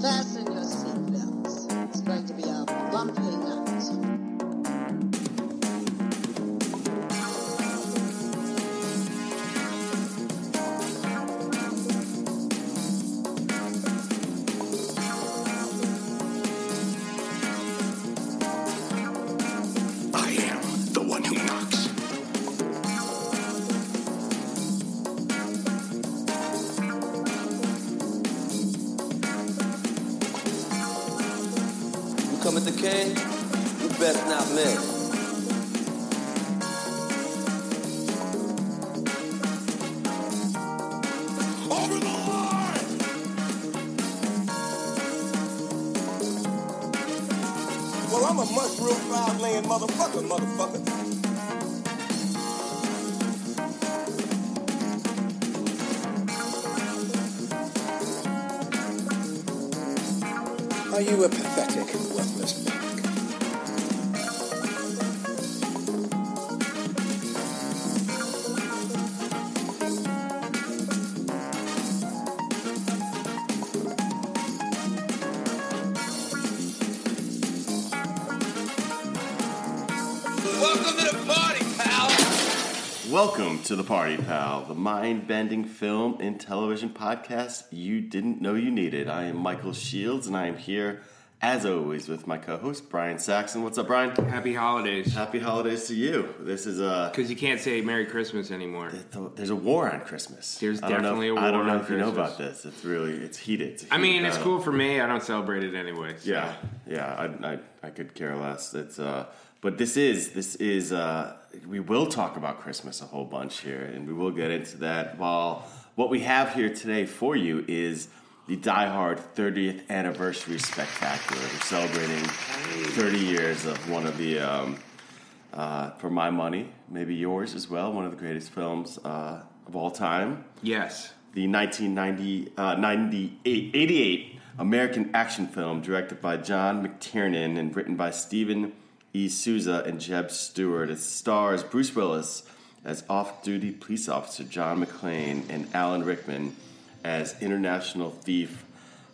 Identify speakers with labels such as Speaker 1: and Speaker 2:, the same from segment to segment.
Speaker 1: Fasten your seatbelts. It's going to be a bumpy night.
Speaker 2: I am the one who knocks.
Speaker 3: You come at the king, you best not miss.
Speaker 2: Over the line!
Speaker 4: Well, I'm a much real five laying motherfucker, motherfucker. Are you a pathetic and worthless pig?
Speaker 3: Welcome to the party, pal.
Speaker 5: Welcome to the party, pal, the mind bending film and television podcast you didn't know you needed. I am Michael Shields, and I am here, as always, with my co host, Brian Saxon. What's up, Brian?
Speaker 6: Happy holidays.
Speaker 5: Happy holidays to you. This is a.
Speaker 6: Because you can't say Merry Christmas anymore.
Speaker 5: There's a war on Christmas.
Speaker 6: There's
Speaker 5: I don't know if-
Speaker 6: definitely a
Speaker 5: I don't
Speaker 6: war
Speaker 5: know
Speaker 6: on
Speaker 5: if you know
Speaker 6: Christmas.
Speaker 5: about this. It's really it's heated. It's a
Speaker 6: I mean,
Speaker 5: heated
Speaker 6: it's
Speaker 5: battle.
Speaker 6: cool for me. I don't celebrate it anyway. so-
Speaker 5: Yeah, yeah, I, I, I could care less. It's uh, but this is this is uh, we will talk about Christmas a whole bunch here, and we will get into that. While what we have here today for you is the Die Hard 30th anniversary spectacular. We're celebrating 30 years of one of the um, uh, for my money, maybe yours as well, one of the greatest films uh, of all time
Speaker 6: Yes.
Speaker 5: the 1990 uh, 98 88 American action film directed by John McTiernan and written by Stephen E. Souza and Jeb Stewart. It stars Bruce Willis as off-duty police officer John McClane and Alan Rickman as international thief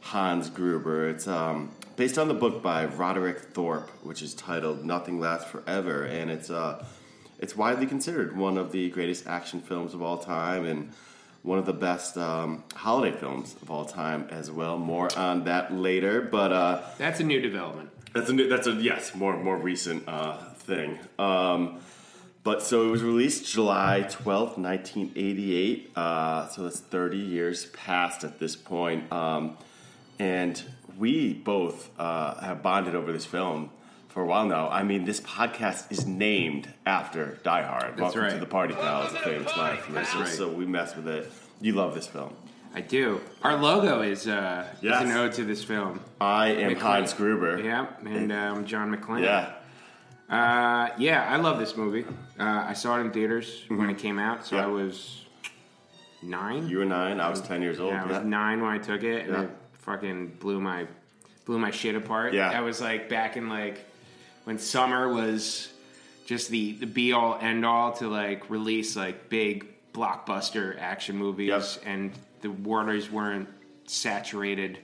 Speaker 5: Hans Gruber. It's um, based on the book by Roderick Thorpe, which is titled "Nothing Lasts Forever," and it's uh, it's widely considered one of the greatest action films of all time and one of the best um, holiday films of all time as well. More on that later, but uh,
Speaker 6: That's a new development.
Speaker 5: that's a new, that's a yes more more recent uh, thing. Um, but so it was released July twelfth, nineteen eighty eight. Uh, so that's thirty years past at this point, um, and we both uh, have bonded over this film for a while now. I mean, this podcast is named after Die Hard. Welcome to
Speaker 6: right.
Speaker 5: the party, pal. It's a famous line from this.
Speaker 6: That's right.
Speaker 5: So we mess with it. You love this film.
Speaker 6: I do. Our logo is, uh,
Speaker 5: Yes.
Speaker 6: is an ode to this film.
Speaker 5: I am
Speaker 6: McClane.
Speaker 5: Hans Gruber.
Speaker 6: Yeah, and um, John McClane.
Speaker 5: Yeah.
Speaker 6: Uh, yeah, I love this movie. Uh, I saw it in theaters when it came out, so
Speaker 5: Mm-hmm. Yeah.
Speaker 6: I was nine.
Speaker 5: You were nine. I was ten years old.
Speaker 6: Yeah, I was
Speaker 5: Yeah.
Speaker 6: nine when I took it, and
Speaker 5: Yeah.
Speaker 6: it fucking blew my blew my shit apart.
Speaker 5: Yeah.
Speaker 6: that was like back in like when summer was just the the be all end all to like release like big blockbuster action movies,
Speaker 5: Yep.
Speaker 6: and the waters weren't saturated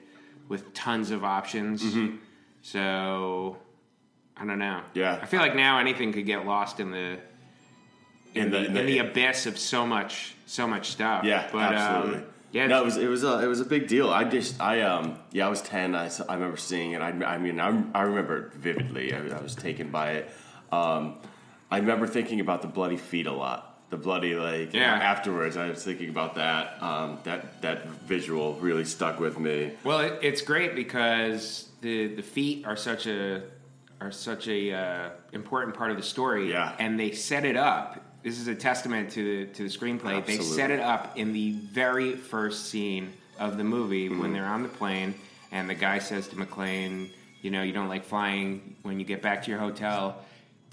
Speaker 6: with tons of options.
Speaker 5: Mm-hmm.
Speaker 6: So I don't know.
Speaker 5: Yeah.
Speaker 6: I feel like now anything could get lost in the in, the, in the abyss of so much so much stuff.
Speaker 5: Yeah,
Speaker 6: but
Speaker 5: absolutely.
Speaker 6: Um, yeah,
Speaker 5: no, it was it was a it was a big deal. I just I um yeah I was ten. I, saw, I remember seeing it. I, I mean I, I remember it vividly. I, I was taken by it. Um, I remember thinking about the bloody feet a lot. The bloody like you know,
Speaker 6: Yeah.
Speaker 5: afterwards. I was thinking about that. Um, that that visual really stuck with me.
Speaker 6: Well, it, it's great because the the feet are such a are such a uh, important part of the story.
Speaker 5: Yeah.
Speaker 6: and they set it up. This is a testament to the to the screenplay. They
Speaker 5: Absolutely.
Speaker 6: set it up in the very first scene of the movie
Speaker 5: Mm-hmm.
Speaker 6: when they're on the plane, and the guy says to McLean, "You know, you don't like flying. When you get back to your hotel,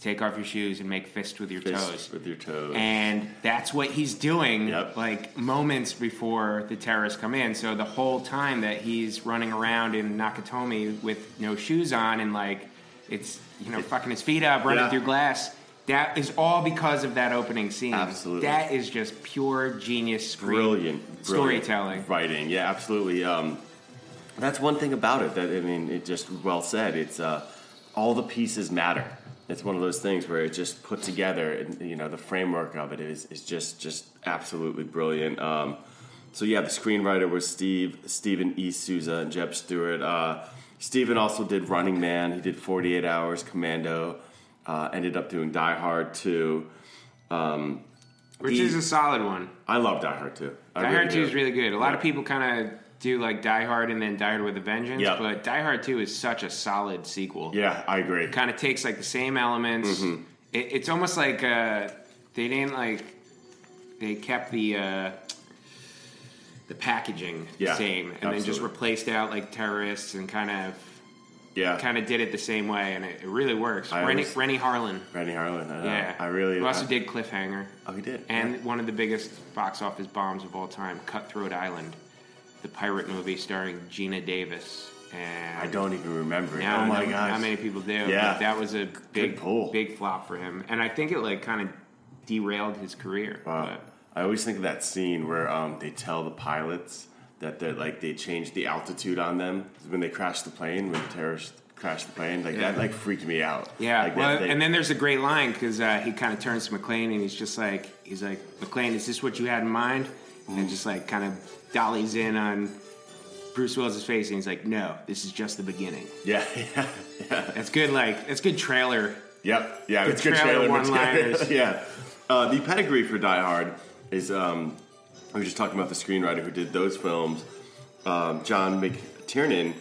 Speaker 6: take off your shoes and make fists with your
Speaker 5: Fist
Speaker 6: toes."
Speaker 5: with your toes.
Speaker 6: and that's what he's doing
Speaker 5: Yep.
Speaker 6: like moments before the terrorists come in so the whole time that he's running around in nakatomi with no shoes on and like it's you know fucking his feet up running
Speaker 5: Yeah.
Speaker 6: through glass that is all because of that opening scene
Speaker 5: Absolutely.
Speaker 6: that is just pure genius screen
Speaker 5: brilliant, brilliant
Speaker 6: storytelling
Speaker 5: writing. Yeah, absolutely. Um, That's one thing about it that I mean, it just well said. It's uh, all the pieces matter. It's one of those things where it's just put together, and you know, the framework of it is is just just absolutely brilliant. Um, so yeah, the screenwriter was Steve Stephen E. Souza and Jeb Stewart. Uh, Stephen also did Running Man. He did Forty Eight Hours, Commando. Uh, ended up doing Die Hard too.
Speaker 6: which
Speaker 5: The-
Speaker 6: is a solid one.
Speaker 5: I love Die Hard too.
Speaker 6: Die Hard Two is really good. A lot of people kind of do like Die Hard and then Die Hard with a Vengeance,
Speaker 5: Yeah.
Speaker 6: but Die Hard Two is such a solid sequel.
Speaker 5: Yeah, I agree.
Speaker 6: kind of takes like the same elements.
Speaker 5: Mm-hmm.
Speaker 6: It, it's almost like uh, they didn't like they kept the uh, the packaging
Speaker 5: Yeah,
Speaker 6: the same, and then just
Speaker 5: absolutely.
Speaker 6: replaced out like terrorists and kind of
Speaker 5: Yeah,
Speaker 6: kind of did it the same way, and it, it really works.
Speaker 5: I
Speaker 6: Rennie,
Speaker 5: always-
Speaker 6: Rennie Harlan,
Speaker 5: Randy Harlan. I know.
Speaker 6: yeah,
Speaker 5: I really. uh,
Speaker 6: who also
Speaker 5: I-
Speaker 6: did Cliffhanger
Speaker 5: Oh, he did.
Speaker 6: and one of the biggest box office bombs of all time, Cutthroat Island, the pirate movie starring Gina Davis. And
Speaker 5: I don't even remember. it.
Speaker 6: now
Speaker 5: oh
Speaker 6: I
Speaker 5: my
Speaker 6: know
Speaker 5: gosh.
Speaker 6: How many people do?
Speaker 5: Yeah.
Speaker 6: but that was a big
Speaker 5: pull.
Speaker 6: big flop for him, and I think it like kind of derailed his career.
Speaker 5: Wow. Uh, I always think of that scene where um, they tell the pilots that they're like they changed the altitude on them when they crashed the plane when the terrorists crashed the plane. Like that,
Speaker 6: Yeah.
Speaker 5: like freaked me out.
Speaker 6: But, yeah,
Speaker 5: Like, that
Speaker 6: well,
Speaker 5: they-
Speaker 6: and then there's a great line because uh, he kind of turns to McLean and he's just like, he's like, McLean, is this what you had in mind?
Speaker 5: Mm-hmm.
Speaker 6: And just like kind of dollies in on Bruce Willis's face, and he's like, no, this is just the beginning.
Speaker 5: yeah, yeah, yeah,
Speaker 6: That's good, like that's good trailer
Speaker 5: yep, yeah.
Speaker 6: Good
Speaker 5: it's good
Speaker 6: trailer
Speaker 5: trailer
Speaker 6: one-liners.
Speaker 5: material. yeah. Uh, the pedigree for Die Hard is um, we were just talking about the screenwriter who did those films, um, John McTiernan.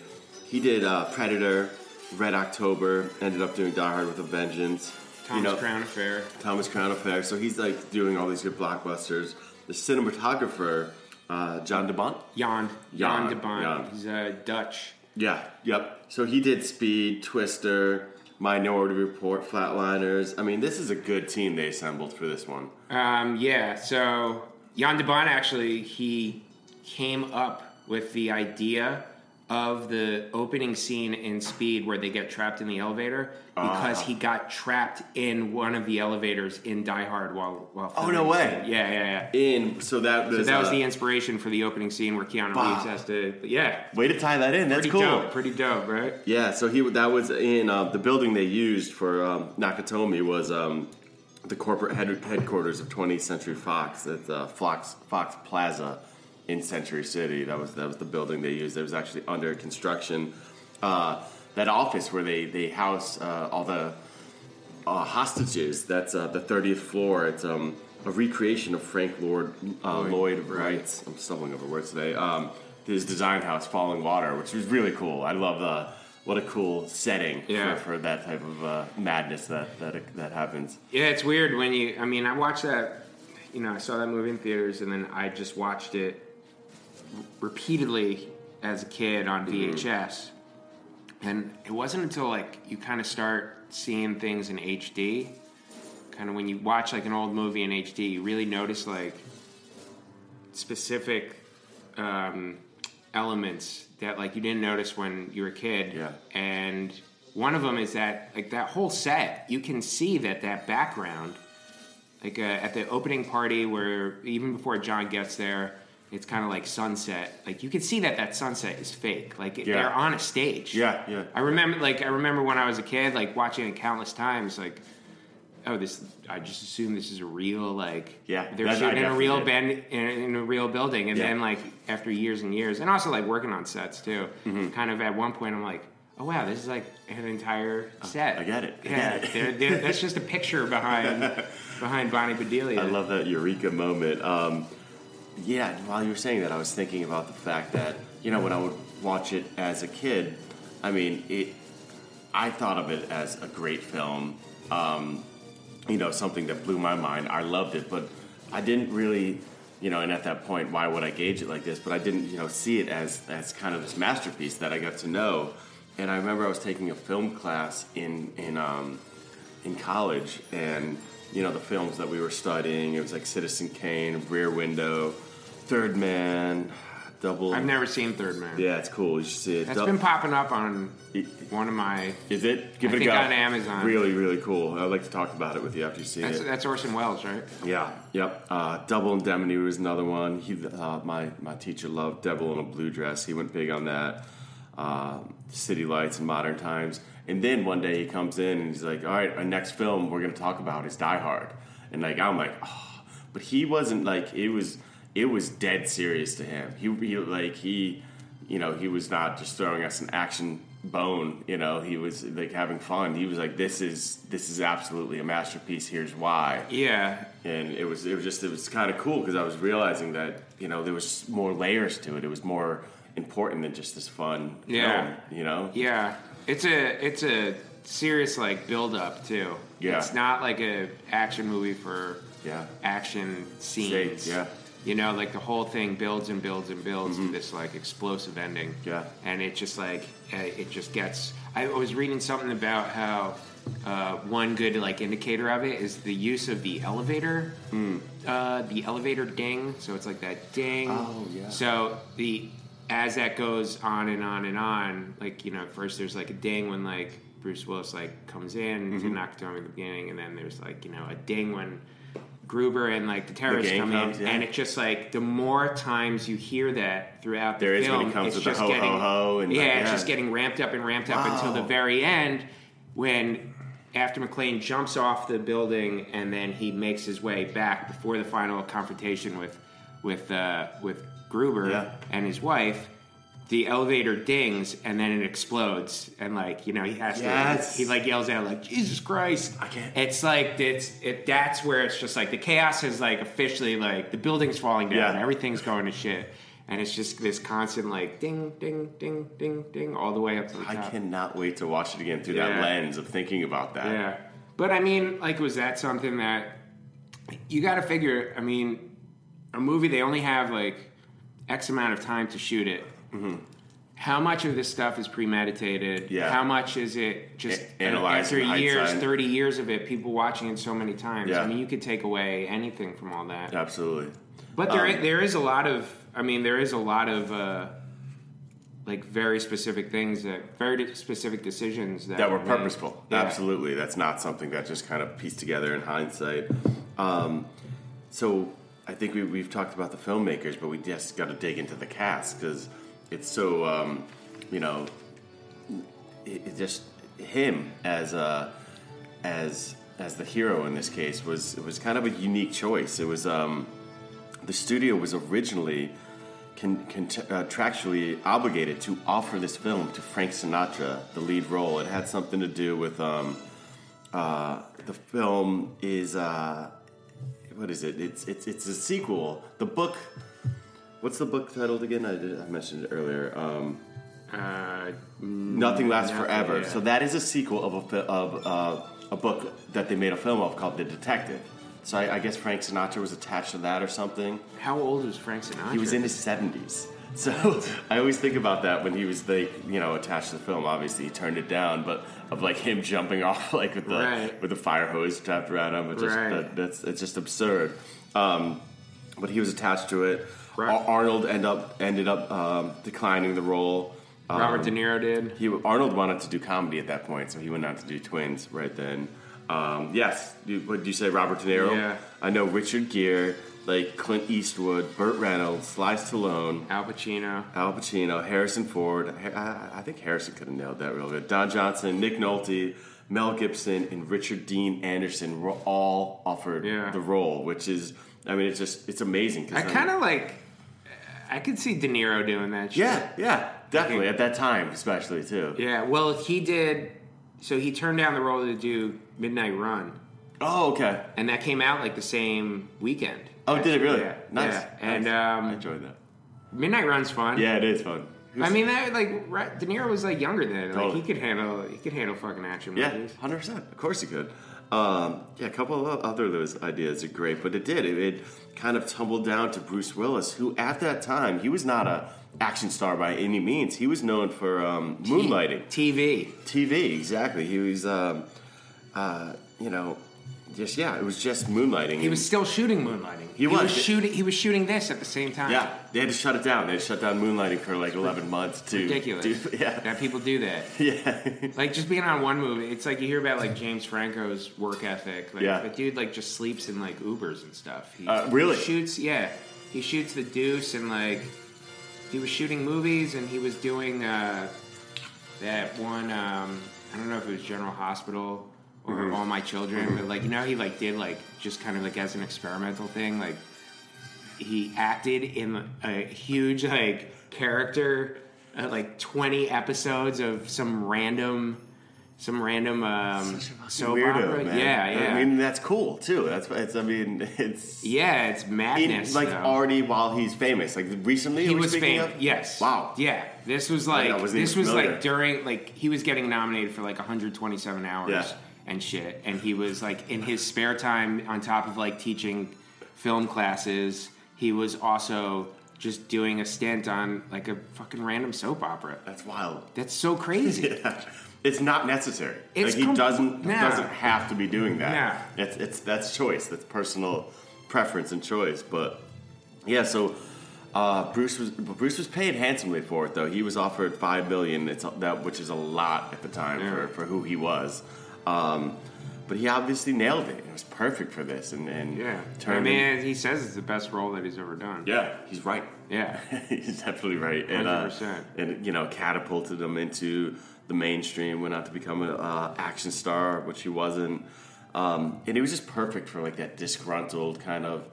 Speaker 5: He did uh, Predator, Red October. Ended up doing Die Hard with a Vengeance.
Speaker 6: Thomas Crown Affair.
Speaker 5: Thomas Crown Affair. So he's like doing all these good blockbusters. The cinematographer, uh, John DeBont.
Speaker 6: Jan. Jan
Speaker 5: Jan,
Speaker 6: de Bont.
Speaker 5: Jan.
Speaker 6: He's uh, Dutch.
Speaker 5: Yeah, yep. So he did Speed, Twister, Minority Report, Flatliners. I mean, this is a good team they assembled for this one.
Speaker 6: Um, yeah, so Jan de Bont actually, he came up with the idea of the opening scene in Speed where they get trapped in the elevator because
Speaker 5: Ah.
Speaker 6: he got trapped in one of the elevators in Die Hard while while
Speaker 5: Oh,
Speaker 6: filming
Speaker 5: no
Speaker 6: the
Speaker 5: way.
Speaker 6: scene. Yeah, yeah, yeah.
Speaker 5: In so that was,
Speaker 6: So that was
Speaker 5: uh,
Speaker 6: the inspiration for the opening scene where Keanu
Speaker 5: Wow.
Speaker 6: Reeves has to. Yeah,
Speaker 5: way to tie that in. That's
Speaker 6: pretty
Speaker 5: cool.
Speaker 6: dope. Pretty dope, right?
Speaker 5: Yeah, so he that was in uh, the building they used for um, Nakatomi was um, the corporate head, headquarters of 20th Century Fox at uh, Fox Fox Plaza in Century City. That was that was the building they used. That was actually under construction. Uh, that office where they they house uh, all the uh, hostages. That's uh, the 30th floor. It's um, a recreation of Frank Lord uh, Lloyd Wright's. I'm stumbling over words today. Um, his design house, Falling Water, which was really cool. I love uh, what a cool setting
Speaker 6: Yeah.
Speaker 5: for, for that type of uh, madness that that that happens.
Speaker 6: Yeah, it's weird when you. I mean, I watched that. You know, I saw that movie in theaters, and then I just watched it r- repeatedly as a kid on VHS. And it wasn't until like you kind of start seeing things in HD, kind of when you watch like an old movie in HD, you really notice like specific um, elements that like you didn't notice when you were a kid.
Speaker 5: Yeah.
Speaker 6: And one of them is that like that whole set, you can see that that background, like uh, at the opening party where even before John gets there, it's kind of like sunset. Like you can see that that sunset is fake. Like
Speaker 5: Yeah.
Speaker 6: they're on a stage.
Speaker 5: Yeah, yeah.
Speaker 6: I remember like I remember when I was a kid, like watching it countless times, like. Oh, this! I just assume this is a real like.
Speaker 5: Yeah,
Speaker 6: they're
Speaker 5: that- I
Speaker 6: shooting in a real
Speaker 5: definitely did.
Speaker 6: band in, in, in a real building and
Speaker 5: Yeah.
Speaker 6: then like after years and years and also like working on sets too
Speaker 5: Mm-hmm.
Speaker 6: kind of at one point i'm like oh wow this is like an entire set
Speaker 5: Uh, I get it. I
Speaker 6: yeah
Speaker 5: get it.
Speaker 6: they're, they're, that's just a picture behind behind bonnie bedelia
Speaker 5: I love that eureka moment. Um, yeah, while you were saying that, I was thinking about the fact that you know when I would watch it as a kid, I mean it. I thought of it as a great film. Um, you know, something that blew my mind. I loved it, but I didn't really, you know. And at that point, why would I gauge it like this? But I didn't, you know, see it as as kind of this masterpiece that I got to know. And I remember I was taking a film class in in um, in college, and you know the films that we were studying. It was like Citizen Kane, Rear Window, Third Man, Double.
Speaker 6: i've never seen third man
Speaker 5: Yeah, it's cool. You should see it.
Speaker 6: that's
Speaker 5: Dou-
Speaker 6: been popping up on
Speaker 5: It-
Speaker 6: one of my
Speaker 5: Is it? Give
Speaker 6: I
Speaker 5: it
Speaker 6: think
Speaker 5: a go.
Speaker 6: on Amazon.
Speaker 5: Really, really cool. I'd like to talk about it with you after you see
Speaker 6: that's,
Speaker 5: it.
Speaker 6: that's orson welles right
Speaker 5: Yeah. Yep. Uh, Double Indemnity was another one. He, uh, my my teacher loved Devil in a Blue Dress. He went big on that. uh, City Lights and Modern Times. And then one day he comes in and he's like, all right, our next film we're going to talk about is Die Hard. And like, I'm like, oh. but he wasn't like, it was, it was dead serious to him. He, he like, he, you know, he was not just throwing us an action bone, you know, he was like having fun. He was like, this is, this is absolutely a masterpiece. Here's why
Speaker 6: Yeah,
Speaker 5: and it was it was just it was kind of cool because I was realizing that you know there was more layers to it. It was more important than just this fun
Speaker 6: Yeah.
Speaker 5: film, you know.
Speaker 6: yeah. It's a it's a serious like build up too.
Speaker 5: Yeah.
Speaker 6: it's not like a action movie for
Speaker 5: Yeah.
Speaker 6: action scenes.
Speaker 5: yeah. Mm-hmm.
Speaker 6: You know, like the whole thing builds and builds and builds to this like explosive ending.
Speaker 5: Yeah.
Speaker 6: and it just like uh, it just gets. I was reading something about how uh, one good like indicator of it is the use of the elevator,
Speaker 5: Hmm.
Speaker 6: uh, the elevator ding. So it's like that ding.
Speaker 5: Oh, yeah.
Speaker 6: So the as that goes on and on and on, like you know, at first there's like a ding when like Bruce Willis like comes in
Speaker 5: Mm-hmm.
Speaker 6: to knock down at the beginning, and then there's like you know a ding when Gruber and like the terrorists
Speaker 5: gang
Speaker 6: come
Speaker 5: comes,
Speaker 6: in,
Speaker 5: yeah.
Speaker 6: and it's just like the more times you hear that throughout the
Speaker 5: There is
Speaker 6: film,
Speaker 5: when he comes
Speaker 6: it's
Speaker 5: with the
Speaker 6: just
Speaker 5: ho, ho,
Speaker 6: getting
Speaker 5: ho, and, like,
Speaker 6: yeah, it's
Speaker 5: yeah.
Speaker 6: just getting ramped up and ramped up until the
Speaker 5: Wow.
Speaker 6: very end when. After McLean jumps off the building and then he makes his way back before the final confrontation with with uh, with Gruber
Speaker 5: Yeah.
Speaker 6: and his wife, the elevator dings and then it explodes and like you know he has
Speaker 5: Yes.
Speaker 6: to he like yells out like Jesus Christ
Speaker 5: I can't-
Speaker 6: it's like it's it that's where it's just like the chaos is like officially like the building's falling down
Speaker 5: Yeah.
Speaker 6: everything's going to shit and it's just this constant like ding ding ding ding ding all the way up to the
Speaker 5: I
Speaker 6: top
Speaker 5: cannot wait to watch it again through that
Speaker 6: Yeah.
Speaker 5: lens of thinking about that.
Speaker 6: yeah but I mean like was that something that you got to figure I mean a movie they only have like X amount of time to shoot it. How much of this stuff is premeditated?
Speaker 5: Mm-hmm. Yeah.
Speaker 6: How much is it just
Speaker 5: A- analyzed
Speaker 6: after
Speaker 5: in
Speaker 6: years,
Speaker 5: hindsight.
Speaker 6: thirty years of it, people watching it so many times?
Speaker 5: Yeah.
Speaker 6: I mean, you could take away anything from all that.
Speaker 5: Absolutely.
Speaker 6: But there,
Speaker 5: Um,
Speaker 6: there is a lot of. I mean, there is a lot of uh, like very specific things that very specific decisions that,
Speaker 5: that were
Speaker 6: made.
Speaker 5: purposeful.
Speaker 6: Yeah.
Speaker 5: Absolutely, that's not something that just kind of pieced together in hindsight. Um, so I think we, we've talked about the filmmakers, but we just got to dig into the cast because it's so um, you know, it, it just him as a as as the hero in this case was it was kind of a unique choice. It was um, the studio was originally con- con- uh, contractually obligated to offer this film to Frank Sinatra, the lead role. It had something to do with um, uh, the film is uh, what is it? It's it's it's a sequel. The book. What's the book titled again? I, did, I mentioned it earlier. Um,
Speaker 6: Uh,
Speaker 5: Nothing lasts
Speaker 6: Nothing,
Speaker 5: forever.
Speaker 6: yeah.
Speaker 5: So that is a sequel of a fi- of uh, a book that they made a film of called The Detective. So I, I guess Frank Sinatra was attached to that or something.
Speaker 6: how old was Frank Sinatra?
Speaker 5: He was in his seventies. So I always think about that when he was like, you know, attached to the film. Obviously, he turned it down, but of like him jumping off like with the
Speaker 6: Right.
Speaker 5: with the fire hose strapped around him, it's just
Speaker 6: Right.
Speaker 5: that, that's it's just absurd. Um, but he was attached to it.
Speaker 6: Right.
Speaker 5: Ar- Arnold end up ended up um, declining the role. Um,
Speaker 6: Robert De Niro did.
Speaker 5: he Arnold wanted to do comedy at that point, so he went on to do Twins right then. Um, yes, you, what did you say, Robert De Niro?
Speaker 6: Yeah.
Speaker 5: I know Richard Gere, like Clint Eastwood, Burt Reynolds, Sly Stallone,
Speaker 6: Al Pacino.
Speaker 5: Al Pacino, Harrison Ford. Ha- I, I think Harrison could have nailed that real good. Don Johnson, Nick Nolte, Mel Gibson, and Richard Dean Anderson were all offered
Speaker 6: Yeah.
Speaker 5: the role, which is, I mean, it's just it's amazing. 'cause
Speaker 6: I
Speaker 5: I'm-
Speaker 6: kind of like. I could see De Niro doing that. Shit.
Speaker 5: yeah, yeah, definitely at that time, especially too.
Speaker 6: Yeah. Well, he did. So he turned down the role to do Midnight Run,
Speaker 5: Oh, okay.
Speaker 6: and that came out like the same weekend.
Speaker 5: Oh, did it really?
Speaker 6: Yeah.
Speaker 5: Nice.
Speaker 6: Yeah. And
Speaker 5: Nice. I
Speaker 6: um,
Speaker 5: enjoyed that.
Speaker 6: Midnight Run's fun.
Speaker 5: Yeah, it is fun.
Speaker 6: I mean that like Ra- De Niro was like younger then. Like
Speaker 5: Totally.
Speaker 6: he could handle he could handle fucking action
Speaker 5: yeah,
Speaker 6: movies.
Speaker 5: hundred percent. Of course you could. Um, yeah, a couple of other of those ideas are great, but it did. It, it kind of tumbled down to Bruce Willis, who at that time he was not a action star by any means. He was known for um, moonlighting.
Speaker 6: TV.
Speaker 5: TV, exactly. He was, um, uh, you know, just yeah, it was just moonlighting.
Speaker 6: He was still shooting Moonlighting. He,
Speaker 5: was.
Speaker 6: shooting. He was shooting this at the same time.
Speaker 5: Yeah, they had to shut it down. They had to shut down moonlighting for like eleven months to
Speaker 6: Ridiculous.
Speaker 5: do- yeah,
Speaker 6: That people do that.
Speaker 5: yeah.
Speaker 6: Like just being on one movie, it's like you hear about like James Franco's work ethic. Like
Speaker 5: Yeah.
Speaker 6: the dude like just sleeps in like Ubers and stuff. He
Speaker 5: Uh, really?
Speaker 6: he shoots yeah. He shoots the deuce and like he was shooting movies and he was doing uh, that one. Um, I don't know if it was General Hospital or
Speaker 5: Mm-hmm.
Speaker 6: All My Children, but like you know, he like did like just kind of like as an experimental thing, like he acted in a huge like character uh, like 20 episodes of some random some random um soap
Speaker 5: Weirdo,
Speaker 6: opera
Speaker 5: man.
Speaker 6: yeah yeah
Speaker 5: I mean, that's cool too. That's it's. I mean, it's
Speaker 6: yeah it's
Speaker 5: in-
Speaker 6: madness
Speaker 5: like
Speaker 6: though.
Speaker 5: already while he's famous. Like recently,
Speaker 6: he
Speaker 5: are we
Speaker 6: was
Speaker 5: speaking
Speaker 6: famous
Speaker 5: of?
Speaker 6: yes
Speaker 5: Wow.
Speaker 6: yeah this was like
Speaker 5: I wasn't
Speaker 6: this
Speaker 5: even
Speaker 6: was
Speaker 5: familiar.
Speaker 6: like during like he was getting nominated for like 127 hours
Speaker 5: Yeah.
Speaker 6: and shit and he was like in his spare time on top of like teaching film classes he was also just doing a stint on like a fucking random soap opera
Speaker 5: That's wild.
Speaker 6: That's so crazy.
Speaker 5: It's not necessary.
Speaker 6: It's
Speaker 5: like he
Speaker 6: com-
Speaker 5: doesn't
Speaker 6: Nah.
Speaker 5: doesn't have to be doing that.
Speaker 6: Nah.
Speaker 5: It's it's that's choice. That's personal preference and choice. But yeah, so uh, Bruce was Bruce was paid handsomely for it though. He was offered five million. It's that which is a lot at the time for, for who he was. Um, but he obviously nailed it. It was perfect for this, and, and
Speaker 6: Yeah. I
Speaker 5: turned. in-
Speaker 6: mean, he says it's the best role that he's ever done.
Speaker 5: yeah, he's right.
Speaker 6: Yeah.
Speaker 5: He's definitely right. And, uh,
Speaker 6: 100%.
Speaker 5: and you know, catapulted him into the mainstream, went out to become an uh, action star, which he wasn't. Um, and it was just perfect for like that disgruntled kind of,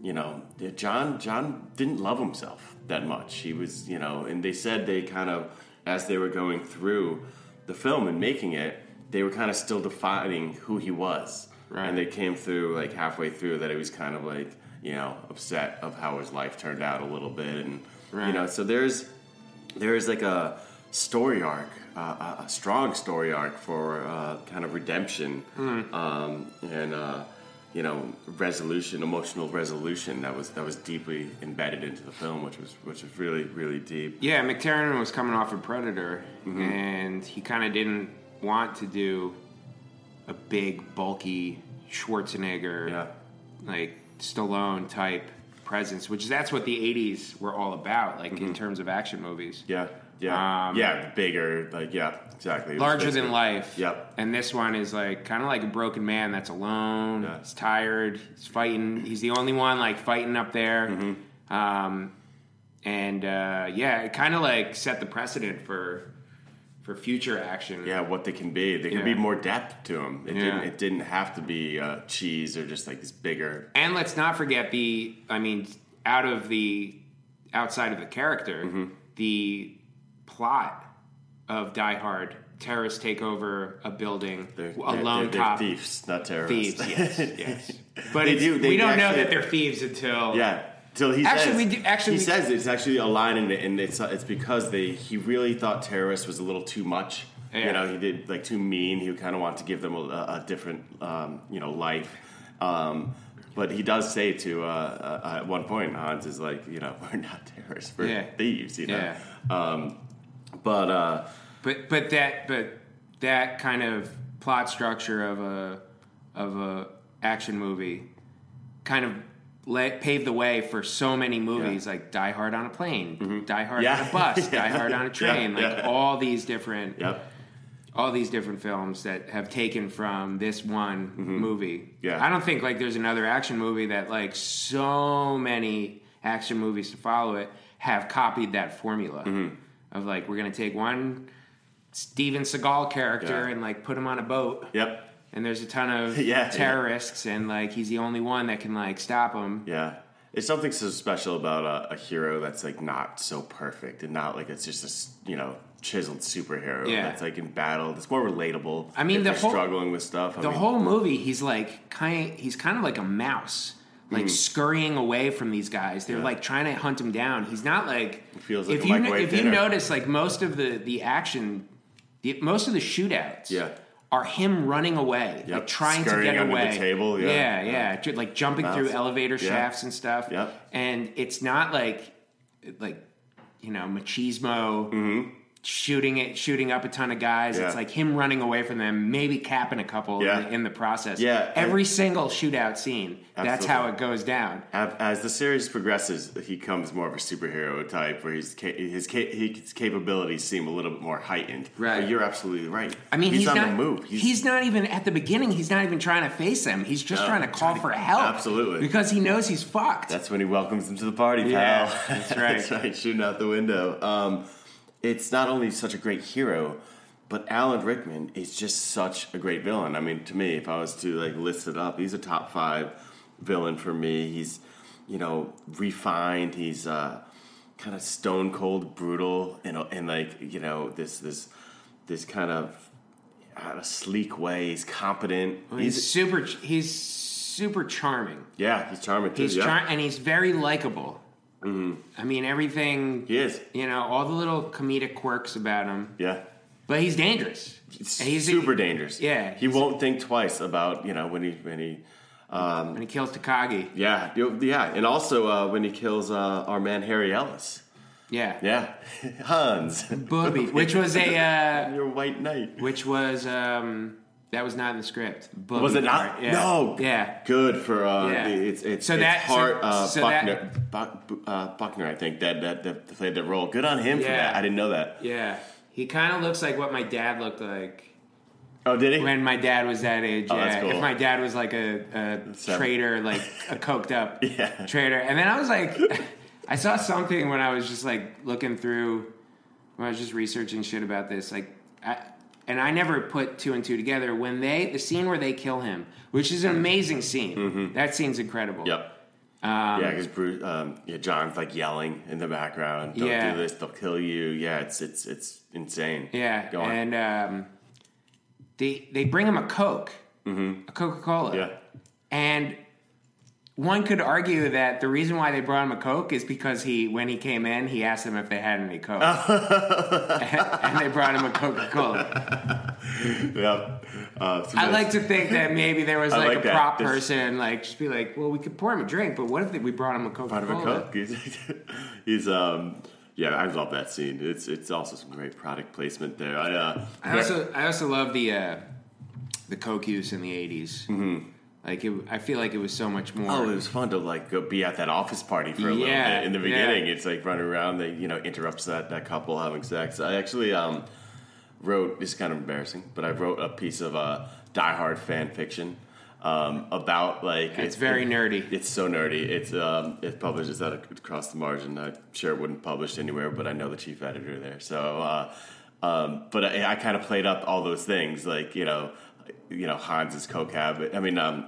Speaker 5: you know, yeah, John. John didn't love himself that much. He was, you know, and they said they kind of, as they were going through the film and making it, they were kind of still defining who he was.
Speaker 6: Right.
Speaker 5: And they came through like halfway through that he was kind of like you know upset of how his life turned out a little bit and you
Speaker 6: Right.
Speaker 5: know so there's there's like a story arc uh, a, a strong story arc for uh, kind of redemption
Speaker 6: Hmm.
Speaker 5: um, and uh, you know resolution emotional resolution that was that was deeply embedded into the film which was which was really really deep
Speaker 6: Yeah, McTiernan was coming off of Predator, and he kind of didn't want to do a big, bulky Schwarzenegger,
Speaker 5: yeah
Speaker 6: like Stallone type presence, which that's what the 80s were all about, like in terms of action movies.
Speaker 5: yeah yeah
Speaker 6: Um,
Speaker 5: yeah bigger like yeah exactly It was
Speaker 6: larger
Speaker 5: basically-
Speaker 6: than life.
Speaker 5: Yep.
Speaker 6: And this one is like kind of like a broken man that's alone.
Speaker 5: Yeah.
Speaker 6: He's tired. He's fighting. He's the only one like fighting up there.
Speaker 5: Mm-hmm.
Speaker 6: Um, and uh, yeah, it kind of like set the precedent for for future action.
Speaker 5: yeah, what they can be. They can
Speaker 6: Yeah.
Speaker 5: be more depth to them. It,
Speaker 6: Yeah.
Speaker 5: didn't, it didn't have to be uh, cheese or just like this bigger.
Speaker 6: And let's not forget the. I mean, out of the outside of the character,
Speaker 5: Mm-hmm.
Speaker 6: the plot of Die Hard. Terrorists take over a building.
Speaker 5: They're,
Speaker 6: a lone
Speaker 5: they're, they're
Speaker 6: cop
Speaker 5: thieves, not terrorists.
Speaker 6: thieves. Yes, yes. But
Speaker 5: They
Speaker 6: it's-
Speaker 5: do, they
Speaker 6: we don't know
Speaker 5: actually-
Speaker 6: that they're thieves until
Speaker 5: yeah. Till he
Speaker 6: Actually,
Speaker 5: says,
Speaker 6: we do- actually,
Speaker 5: he
Speaker 6: we-
Speaker 5: says it's actually a line in it, and it's it's because they he really thought terrorist was a little too much. You
Speaker 6: Yeah.
Speaker 5: know, he did like too mean. He kind of wanted to give them a, a different um, you know life. Um, but he does say to uh, uh, at one point, Hans is like, you know, we're not terrorists, we're
Speaker 6: Yeah.
Speaker 5: thieves. You know,
Speaker 6: Yeah.
Speaker 5: um, but. Uh,
Speaker 6: But but that but that kind of plot structure of a of a action movie kind of let, paved the way for so many movies like Die Hard on a plane, Die Hard
Speaker 5: Mm-hmm. Yeah.
Speaker 6: on a bus,
Speaker 5: Yeah.
Speaker 6: Die Hard on a train,
Speaker 5: Yeah.
Speaker 6: like
Speaker 5: Yeah.
Speaker 6: all these different
Speaker 5: Yep.
Speaker 6: all these different films that have taken from this one movie.
Speaker 5: Mm-hmm. Yeah.
Speaker 6: I don't think like there's another action movie that like so many action movies to follow it have copied that formula
Speaker 5: Mm-hmm.
Speaker 6: of like we're gonna take one Steven Seagal character
Speaker 5: Yeah.
Speaker 6: and like put him on a boat.
Speaker 5: Yep.
Speaker 6: And there's a ton of
Speaker 5: Yeah, yeah.
Speaker 6: terrorists, and like he's the only one that can like stop him.
Speaker 5: Yeah. It's something so special about a, a hero that's like not so perfect and not like it's just a s- you know chiseled superhero
Speaker 6: Yeah.
Speaker 5: that's like in battle. It's more relatable.
Speaker 6: I mean,
Speaker 5: if
Speaker 6: the
Speaker 5: you're
Speaker 6: whole-
Speaker 5: struggling with stuff. I
Speaker 6: The
Speaker 5: mean,
Speaker 6: whole movie, he's like kind. He's kind of like a mouse, like scurrying away from these guys. They're
Speaker 5: Hmm. Yeah.
Speaker 6: like trying to hunt him down. He's not like.
Speaker 5: feels like
Speaker 6: if
Speaker 5: a
Speaker 6: you
Speaker 5: microwave
Speaker 6: if you
Speaker 5: dinner.
Speaker 6: notice, like most of the the action, the, most of the shootouts,
Speaker 5: Yeah.
Speaker 6: are him running away, like trying
Speaker 5: Scurrying
Speaker 6: to get
Speaker 5: under the
Speaker 6: away.
Speaker 5: table, yeah.
Speaker 6: yeah, yeah. ju- like jumping
Speaker 5: Mouse.
Speaker 6: through elevator
Speaker 5: Yeah.
Speaker 6: shafts and stuff.
Speaker 5: Yep.
Speaker 6: and it's not like like you know machismo shooting it, shooting up a ton of guys.
Speaker 5: Mm-hmm. Yeah.
Speaker 6: It's like him running away from them, maybe capping a couple
Speaker 5: Yeah.
Speaker 6: in, the, in the process.
Speaker 5: Yeah,
Speaker 6: every
Speaker 5: and-
Speaker 6: single shootout scene. That's
Speaker 5: Absolutely.
Speaker 6: how it goes down.
Speaker 5: Av- As the series progresses, he becomes more of a superhero type, where he's ca- his ca- his capabilities seem a little bit more heightened.
Speaker 6: Right.
Speaker 5: But you're absolutely right.
Speaker 6: I mean,
Speaker 5: he's,
Speaker 6: he's,
Speaker 5: on
Speaker 6: not,
Speaker 5: the move.
Speaker 6: He's, not even at the beginning. He's not even trying to face them. He's just
Speaker 5: No,
Speaker 6: trying to call for help.
Speaker 5: Absolutely.
Speaker 6: because he knows he's fucked.
Speaker 5: That's when he welcomes him to the party, pal.
Speaker 6: Yeah, that's
Speaker 5: that's
Speaker 6: right.
Speaker 5: right, shooting out the window. Um, it's not only such a great hero, but Alan Rickman is just such a great villain. I mean, to me, if I was to like list it up, he's a top five villain for me. He's, you know, refined. He's uh, kind of stone cold, brutal, and and like you know this this this kind of out of sleek way. He's competent.
Speaker 6: he's, super. He's super charming.
Speaker 5: yeah, he's Mm-hmm. charming. Too,
Speaker 6: He's
Speaker 5: yeah.
Speaker 6: char- and he's very likable. I mean, everything.
Speaker 5: He is.
Speaker 6: You know, all the little comedic quirks about him,
Speaker 5: Yeah.
Speaker 6: but he's dangerous. And he's
Speaker 5: super dangerous.
Speaker 6: Yeah,
Speaker 5: he
Speaker 6: he's-
Speaker 5: won't think twice about you know when he when he
Speaker 6: and he kills Takagi.
Speaker 5: yeah you- yeah, and also uh, when he kills uh, our man Harry Ellis.
Speaker 6: Yeah,
Speaker 5: Yeah, Hans,
Speaker 6: Booby, which was a, uh,
Speaker 5: your white knight.
Speaker 6: which was um, that was not in the script. Booby
Speaker 5: Was it not?
Speaker 6: part, Yeah.
Speaker 5: No.
Speaker 6: Yeah.
Speaker 5: Good for uh,
Speaker 6: Yeah.
Speaker 5: it's it's
Speaker 6: So
Speaker 5: it's
Speaker 6: that- so-
Speaker 5: Hart uh,
Speaker 6: so that-
Speaker 5: Buckner Buck, uh, Buckner I think that, that that played that role. Good on him for
Speaker 6: Yeah.
Speaker 5: that. I didn't know that.
Speaker 6: Yeah, he kind of looks like what my dad looked like
Speaker 5: Oh, did he?
Speaker 6: when my dad was that age.
Speaker 5: Oh,
Speaker 6: yeah,
Speaker 5: that's cool.
Speaker 6: if my dad was like a, a
Speaker 5: Seven.
Speaker 6: trader, like a coked up
Speaker 5: Yeah.
Speaker 6: trader, and then I was like, I saw something when I was just like looking through, when I was just researching shit about this, like, I, and I never put two and two together when they the scene where they kill him, which is an amazing scene. That scene's incredible.
Speaker 5: Mm-hmm. Yep. yeah, because Bruce, um, yeah, John's like yelling in the background. Don't
Speaker 6: Yeah.
Speaker 5: do this; they'll kill you. Yeah, it's it's it's insane.
Speaker 6: Yeah,
Speaker 5: go on.
Speaker 6: and um, they they bring him a Coke, a Coca Cola.
Speaker 5: Mm-hmm. yeah,
Speaker 6: And one could argue that the reason why they brought him a Coke is because he, when he came in, he asked them if they had any Coke, and they brought him a Coca Cola.
Speaker 5: yep. Uh, so
Speaker 6: I
Speaker 5: that's-
Speaker 6: like to think that maybe there was
Speaker 5: I
Speaker 6: like,
Speaker 5: like
Speaker 6: a
Speaker 5: that.
Speaker 6: prop
Speaker 5: This-
Speaker 6: person, like just be like, well, we could pour him a drink, but what if we brought him a Coca
Speaker 5: Part of a
Speaker 6: Cola?
Speaker 5: cook. He's, he's um, yeah, I love that scene. It's it's also some great product placement there. I, uh,
Speaker 6: I also I also love the uh, the Coke use in the 80s Like it, I feel like it was so much more.
Speaker 5: Mm-hmm. Oh, it was fun to like go be at that office party for a
Speaker 6: Yeah,
Speaker 5: little bit in the
Speaker 6: yeah.
Speaker 5: beginning. It's like running around, they you know interrupts that that couple having sex. I actually um, wrote this is kind of embarrassing, but I wrote a piece of uh, Die Hard fan fiction um, about like
Speaker 6: It's very nerdy.
Speaker 5: It's so nerdy. It's um, it publishes that across the margin. I'm sure it wouldn't publish anywhere, but I know the chief editor there. So, uh, um, but I, I kind of played up all those things, like you know, you know Hans's coke habit. I mean, um,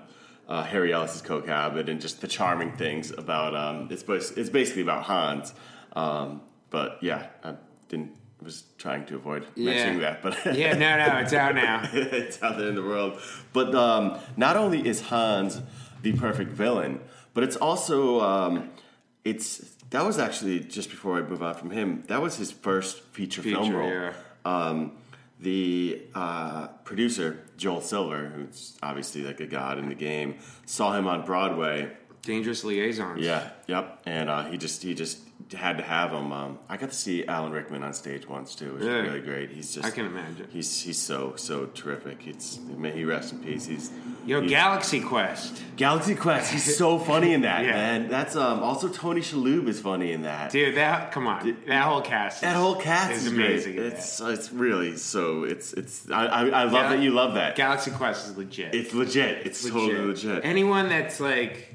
Speaker 5: uh, Harry Ellis's coke habit, and just the charming things about. Um, it's bas- it's basically about Hans. Um, but yeah, I didn't was trying to avoid
Speaker 6: Yeah.
Speaker 5: mentioning that, but
Speaker 6: yeah, no, no, it's out now.
Speaker 5: it's out there in the world. But um, not only is Hans the perfect villain, but it's also um, it's that was actually just before I move on from him. That was his first feature, film
Speaker 6: Feature,
Speaker 5: role.
Speaker 6: yeah.
Speaker 5: Um, the uh, producer Joel Silver, who's obviously like a god in the game, saw him on Broadway.
Speaker 6: Dangerous liaisons.
Speaker 5: Yeah, yep. And uh, he just he just had to have him. Um, I got to see Alan Rickman on stage once too. It was
Speaker 6: Yeah.
Speaker 5: really great. He's just
Speaker 6: I can imagine.
Speaker 5: He's he's so so terrific. It's may he rest in peace. He's
Speaker 6: Yo,
Speaker 5: he's-
Speaker 6: Galaxy Quest.
Speaker 5: Galaxy Quest. He's so funny in that
Speaker 6: Yeah.
Speaker 5: man. That's um also Tony Shalhoub is funny in that.
Speaker 6: Dude, that come on, that whole cast.
Speaker 5: That whole cast
Speaker 6: is
Speaker 5: is great.
Speaker 6: amazing in that.
Speaker 5: It's it's really so it's it's I I, I love
Speaker 6: Gal-
Speaker 5: that you love that.
Speaker 6: Galaxy Quest is legit.
Speaker 5: it's legit. It's totally legit.
Speaker 6: Anyone that's like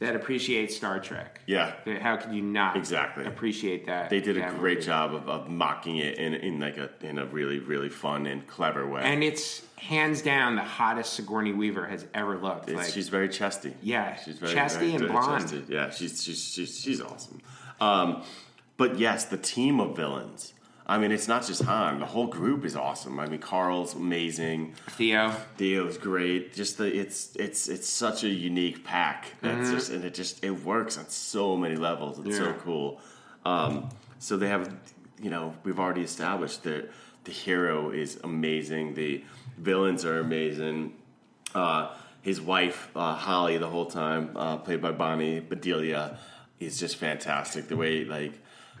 Speaker 6: that appreciates Star Trek.
Speaker 5: yeah.
Speaker 6: How could you not
Speaker 5: Exactly.
Speaker 6: appreciate that?
Speaker 5: They did a
Speaker 6: that
Speaker 5: great
Speaker 6: movie?
Speaker 5: job of, of mocking it in, in like a in a really really fun and clever way.
Speaker 6: and it's hands down the hottest Sigourney Weaver has ever looked.
Speaker 5: It's-
Speaker 6: like
Speaker 5: she's very chesty.
Speaker 6: Yeah,
Speaker 5: she's very
Speaker 6: chesty
Speaker 5: very,
Speaker 6: and
Speaker 5: very
Speaker 6: blonde.
Speaker 5: chesty. Yeah, she's she's she's, she's awesome. Um, but yes, the team of villains. I mean, it's not just Han. The whole group is awesome. I mean, Carl's amazing.
Speaker 6: Theo,
Speaker 5: Theo's great. Just the it's it's it's such a unique pack. That's just and it just it works on so many levels. It's so
Speaker 6: Mm-hmm. Yeah.
Speaker 5: cool. Um, so they have, you know, we've already established that the hero is amazing. The villains are amazing. Uh, his wife uh, Holly, the whole time, uh, played by Bonnie Bedelia, is just fantastic. The way like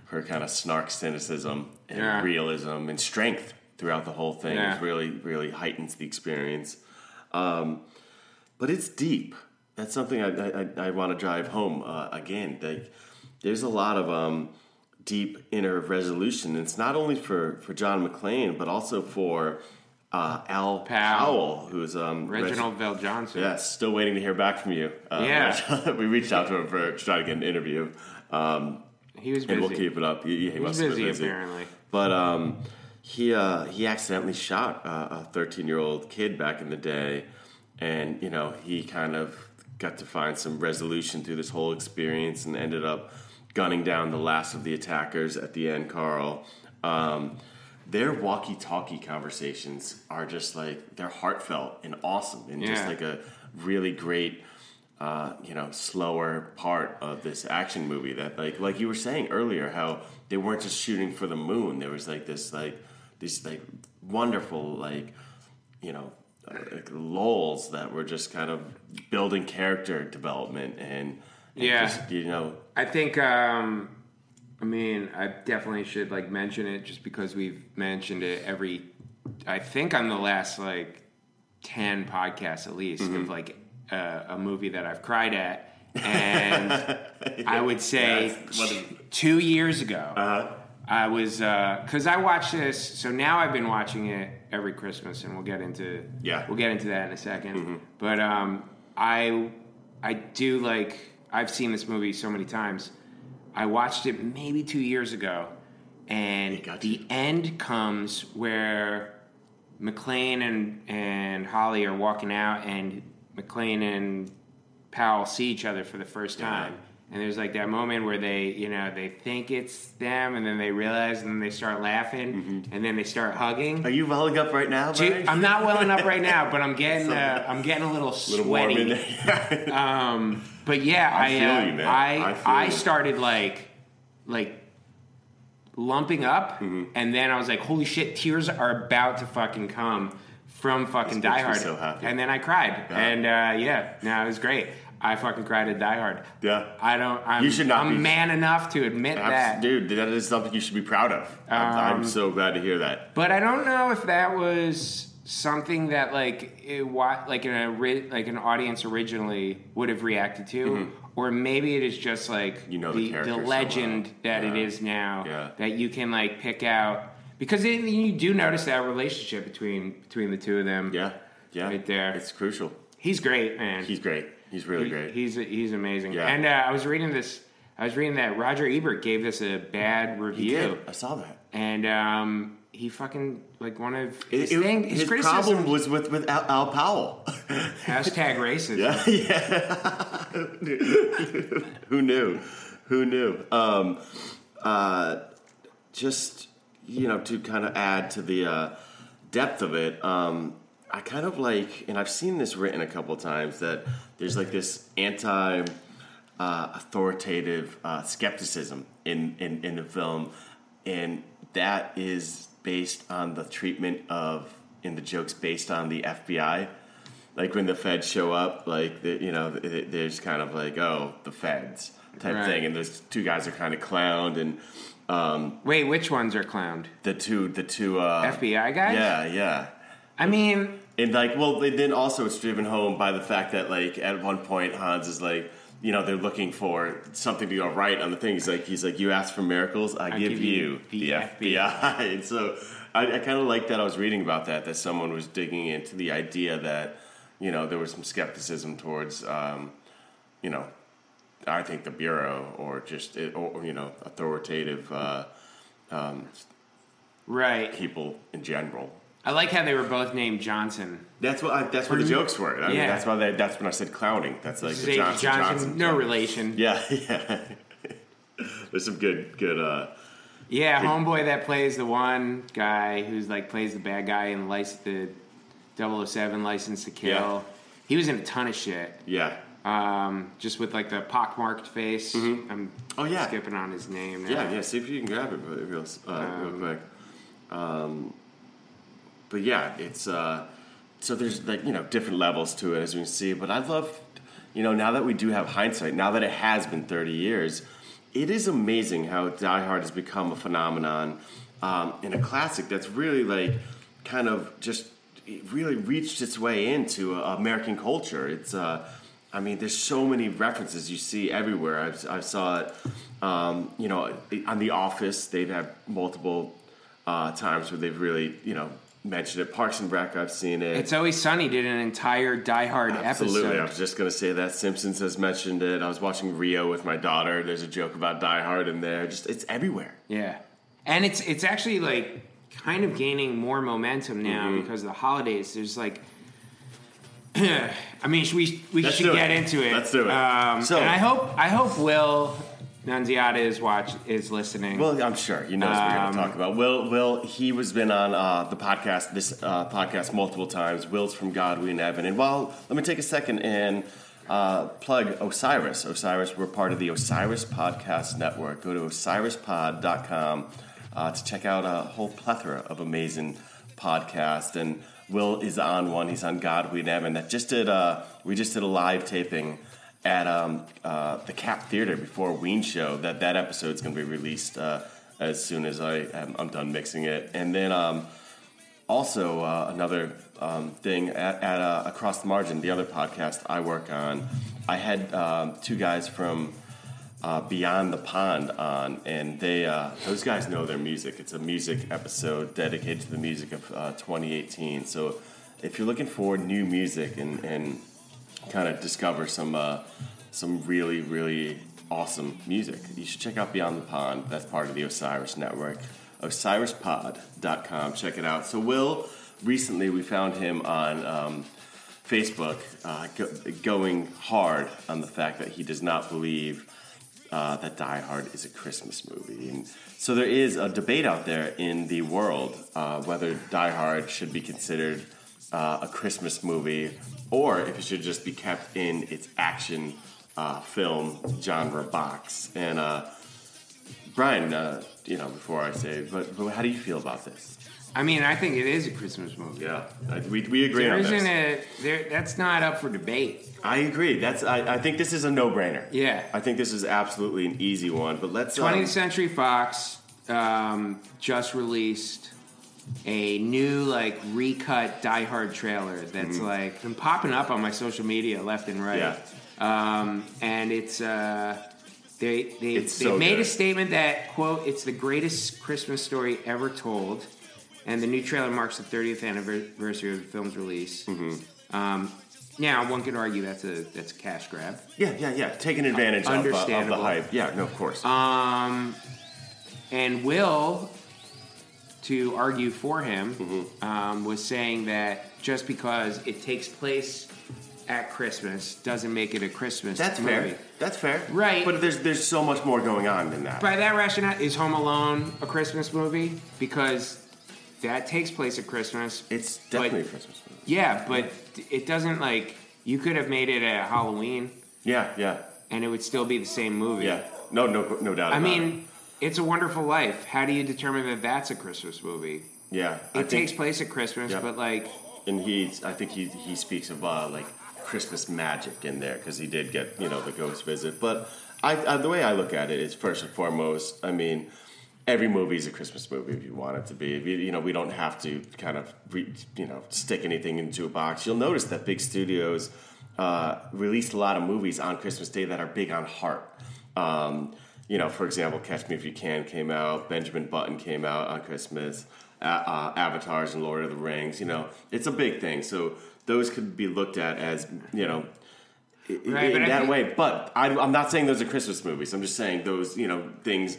Speaker 5: her kind of snark cynicism and
Speaker 6: Yeah.
Speaker 5: realism and strength throughout the whole thing
Speaker 6: Yeah.
Speaker 5: is really really heightens the experience. Um, but it's deep. That's something I, I, I want to drive home uh, again. Like, there's a lot of um, deep inner resolution. It's not only for, for John McClane, but also for uh, Al
Speaker 6: Powell.
Speaker 5: Powell, who's um, Reg-
Speaker 6: Reginald Vell Johnson.
Speaker 5: Yes, still waiting to hear back from you. Uh,
Speaker 6: Yeah.
Speaker 5: we reached out to him for to try to get an interview, um,
Speaker 6: He was
Speaker 5: and
Speaker 6: busy.
Speaker 5: we'll keep it up. He, he
Speaker 6: he was
Speaker 5: must have
Speaker 6: busy,
Speaker 5: been busy.
Speaker 6: apparently.
Speaker 5: But um, he uh, he accidentally shot uh, a 13 year old kid back in the day, and you know he kind of got to find some resolution through this whole experience and ended up gunning down the last of the attackers at the end. Carl, um, their walkie talkie conversations are just like they're heartfelt and awesome, and just
Speaker 6: Yeah.
Speaker 5: like a really great uh, you know, slower part of this action movie that like like you were saying earlier how they weren't just shooting for the moon. There was like this like these like wonderful like you know uh, like lulls that were just kind of building character development and, and
Speaker 6: Yeah.
Speaker 5: just, you know
Speaker 6: I think. Um, I mean, I definitely should like mention it just because we've mentioned it every. I think on the last like ten podcasts at least of like uh, a movie that I've cried at, and I would say
Speaker 5: Yes. What is-
Speaker 6: two years ago. I was because I watched this, so now I've been watching it every Christmas, and we'll get into
Speaker 5: Yeah.
Speaker 6: we'll get into that in a 2nd But um, I I do like I've seen this movie so many times. I watched it maybe two years ago, and
Speaker 5: It got
Speaker 6: the
Speaker 5: you.
Speaker 6: end comes where McLean and and Holly are walking out, and McLean and Powell see each other for the first time. And there's like that moment where they, you know, they think it's them, and then they realize, and then they start laughing,
Speaker 5: Mm-hmm.
Speaker 6: and then they start hugging.
Speaker 5: are you welling up right now?
Speaker 6: Ju-
Speaker 5: Barry?
Speaker 6: I'm not welling up right now, but I'm getting, uh, I'm getting a little
Speaker 5: a little warm
Speaker 6: sweaty.
Speaker 5: in there.
Speaker 6: Um, but yeah, I,
Speaker 5: feel
Speaker 6: uh,
Speaker 5: you, man.
Speaker 6: I,
Speaker 5: I
Speaker 6: I,
Speaker 5: feel you.
Speaker 6: started like, like lumping up,
Speaker 5: Mm-hmm.
Speaker 6: and then I was like, holy shit, tears are about to fucking come from fucking
Speaker 5: This makes
Speaker 6: Die
Speaker 5: me
Speaker 6: Hard.
Speaker 5: so happy.
Speaker 6: And then I cried,
Speaker 5: Yeah.
Speaker 6: and uh, yeah, no, it was great. I fucking cried at Die Hard.
Speaker 5: Yeah.
Speaker 6: I don't. I'm,
Speaker 5: You should not
Speaker 6: I'm
Speaker 5: be-
Speaker 6: man enough to admit
Speaker 5: Abs-
Speaker 6: that. Um,
Speaker 5: Dude, that is something you should be proud of. I'm, I'm so glad to hear that.
Speaker 6: But I don't know if that was something that like it, wa- like an ori- like an audience originally would have reacted to, or maybe it is just like
Speaker 5: Mm-hmm. You know the
Speaker 6: the,
Speaker 5: characters so well.
Speaker 6: legend that it
Speaker 5: Yeah.
Speaker 6: is now
Speaker 5: Yeah.
Speaker 6: that you can like pick out because it, you do notice that relationship between between the two of them.
Speaker 5: Yeah, yeah,
Speaker 6: Right there.
Speaker 5: It's crucial.
Speaker 6: he's great, man.
Speaker 5: He's great. He's really
Speaker 6: He-
Speaker 5: great.
Speaker 6: He's he's amazing.
Speaker 5: Yeah.
Speaker 6: And uh, I was reading this. I was reading that Roger Ebert gave this a bad
Speaker 5: He
Speaker 6: review.
Speaker 5: did. I saw that.
Speaker 6: and um, he fucking like one of his
Speaker 5: It- it-
Speaker 6: thing. His,
Speaker 5: his
Speaker 6: criticism
Speaker 5: problem was with, with Al, Al Powell.
Speaker 6: hashtag racist.
Speaker 5: yeah. Who knew? Who knew? Um, uh, just, you know, to kind of add to the uh, depth of it, um, I kind of like, and I've seen this written a couple of times, that there's like this anti uh, authoritative uh, skepticism in, in, in the film, and that is based on the treatment of, in the jokes based on the FBI. Like when the feds show up, like, the, you know, th- th- there's kind of like, oh, the feds type
Speaker 6: Right.
Speaker 5: thing, and those two guys are kind of clowned, and um,
Speaker 6: Wait, which ones are clowned?
Speaker 5: the two, the two, uh,
Speaker 6: FBI guys?
Speaker 5: yeah, yeah,
Speaker 6: I mean,
Speaker 5: and like, well, they, then also it's driven home by the fact that like at one point Hans is like, you know, they're looking for something to go right on the thing. He's like, he's like, you ask for miracles, I, give, you the, FBI. and so I, I kind of like that. I was reading about that that someone was digging into the idea that you know there was some skepticism towards, um, you know, I think the bureau or just or or, you know authoritative uh,
Speaker 6: right.
Speaker 5: people in general.
Speaker 6: I like how they were both named Johnson.
Speaker 5: That's what I, that's where the jokes were. I mean,
Speaker 6: Yeah.
Speaker 5: that's why they, that's when I said clowning. That's like the
Speaker 6: Zay-
Speaker 5: Johnson, Johnson,
Speaker 6: no relation. Yeah,
Speaker 5: Yeah, yeah. There's some good good. uh
Speaker 6: homeboy that plays the one guy who's like plays the bad guy in lice the 007 License to Kill.
Speaker 5: Yeah.
Speaker 6: He was in a ton of shit.
Speaker 5: Yeah,
Speaker 6: Um, just with like the pockmarked face. I'm
Speaker 5: Oh, yeah.
Speaker 6: skipping on his name. Now.
Speaker 5: yeah, yeah. See if you can grab it re- real s- uh, real quick. Um, but yeah, it's uh so there's like you know different levels to it as we can see. But I love you know now that we do have hindsight, now that it has been 30 years. it is amazing how Die Hard has become a phenomenon um, and a classic that's really like kind of just it really reached its way into uh, American culture. It's, uh, I mean, there's so many references you see everywhere. I've, I saw it, um, you know, on The Office. They've had multiple uh, times where they've really, you know, mentioned it. Parks and Rec. I've seen it.
Speaker 6: It's Always Sunny did an entire Die Hard
Speaker 5: Absolutely. I
Speaker 6: episode.
Speaker 5: was just going to say that Simpsons has mentioned it. I was watching Rio with my daughter. There's a joke about Die Hard in there. Just it's everywhere.
Speaker 6: Yeah, and it's it's actually like kind of gaining more momentum now
Speaker 5: Mm-hmm.
Speaker 6: because of the holidays. There's like, I mean, should we we
Speaker 5: Let's do
Speaker 6: should
Speaker 5: it.
Speaker 6: get into it.
Speaker 5: Let's do it.
Speaker 6: Um,
Speaker 5: So-
Speaker 6: and I hope I hope Will Nunziata is watch is listening.
Speaker 5: Well, I'm sure he knows what we're going
Speaker 6: Um,
Speaker 5: to talk about. Will, Will, he was been on uh, the podcast, this uh, podcast, multiple times. Will's from Godwin and Evan. And while let me take a second and uh, plug Osiris. Osiris, we're part of the Osiris Podcast Network. Go to osirispod.com uh, to check out a whole plethora of amazing podcasts. And Will is on one. He's on Godwin and Evan. That just did. Uh, we just did a live taping at um, uh, the Cap Theater before Ween Show. That that episode's going to be released uh, as soon as I am, I'm done mixing it. And then um, also uh, another um, thing at, at uh, Across the Margin, the other podcast I work on. I had um, two guys from uh, Beyond the Pond on, and they uh, those guys know their music. It's a music episode dedicated to the music of uh, 2018. So if you're looking for new music and, and kind of discover some uh, some really really awesome music, you should check out Beyond the Pond. That's part of the Osiris Network. OsirisPod.com. Check it out. So Will, recently we found him on. Um, Facebook uh, go, going hard on the fact that he does not believe uh, that Die Hard is a Christmas movie. And so there is a debate out there in the world uh, whether Die Hard should be considered uh, a Christmas movie or if it should just be kept in its action uh, film genre box. And uh, Brian, uh, you know, before I say, but, but how do you feel about this?
Speaker 6: I mean, I think it is a Christmas movie.
Speaker 5: Yeah, I, we, we agree
Speaker 6: There
Speaker 5: on
Speaker 6: isn't
Speaker 5: this.
Speaker 6: a there. That's not up for debate.
Speaker 5: I agree. That's I, I think this is a no-brainer.
Speaker 6: Yeah.
Speaker 5: I think this is absolutely an easy one. But let's um,
Speaker 6: 20th Century Fox um, just released a new like recut Die Hard trailer that's like been popping up on my social media left and right.
Speaker 5: Mm-hmm. Yeah.
Speaker 6: Um, and it's uh, they they they
Speaker 5: It's so
Speaker 6: made a
Speaker 5: good.
Speaker 6: statement that quote it's the greatest Christmas story ever told, and the new trailer marks the 30th anniversary of the film's release.
Speaker 5: Mm-hmm.
Speaker 6: Um, now one could argue that's a that's a cash grab.
Speaker 5: yeah, yeah, yeah. Taking advantage of, uh, of the
Speaker 6: Understandable.
Speaker 5: hype. Yeah, no, of course.
Speaker 6: Um, and Will, to argue for him,
Speaker 5: Mm-hmm.
Speaker 6: um, was saying that just because it takes place at Christmas doesn't make it a Christmas
Speaker 5: That's
Speaker 6: movie.
Speaker 5: fair. That's fair.
Speaker 6: Right.
Speaker 5: But there's there's so much more going on than that.
Speaker 6: By that rationale, is Home Alone a Christmas movie? Because that takes place at Christmas.
Speaker 5: It's
Speaker 6: but-
Speaker 5: definitely a Christmas movie.
Speaker 6: yeah, but it doesn't like you could have made it a Halloween
Speaker 5: Yeah, yeah,
Speaker 6: and it would still be the same movie.
Speaker 5: yeah. No, no, no doubt.
Speaker 6: I
Speaker 5: about it.
Speaker 6: mean, it's a Wonderful Life. How do you determine that that's a Christmas movie?
Speaker 5: yeah.
Speaker 6: It
Speaker 5: I think,
Speaker 6: takes place at Christmas,
Speaker 5: Yeah.
Speaker 6: but like,
Speaker 5: and he, I think he he speaks of uh, like Christmas magic in there because he did get you know the ghost visit. But I, I, the way I look at it is first and foremost, I mean, every movie is a Christmas movie if you want it to be. If you, you know, we don't have to kind of re, you know stick anything into a box. You'll notice that big studios uh, released a lot of movies on Christmas Day that are big on heart. Um, you know, for example, Catch Me If You Can came out, Benjamin Button came out on Christmas, uh, uh, Avatars and Lord of the Rings. You know, it's a big thing. So those could be looked at as, you know, i-
Speaker 6: Right,
Speaker 5: in
Speaker 6: but I
Speaker 5: that
Speaker 6: think-
Speaker 5: way. But I, I'm not saying those are Christmas movies. I'm just saying those, you know, things,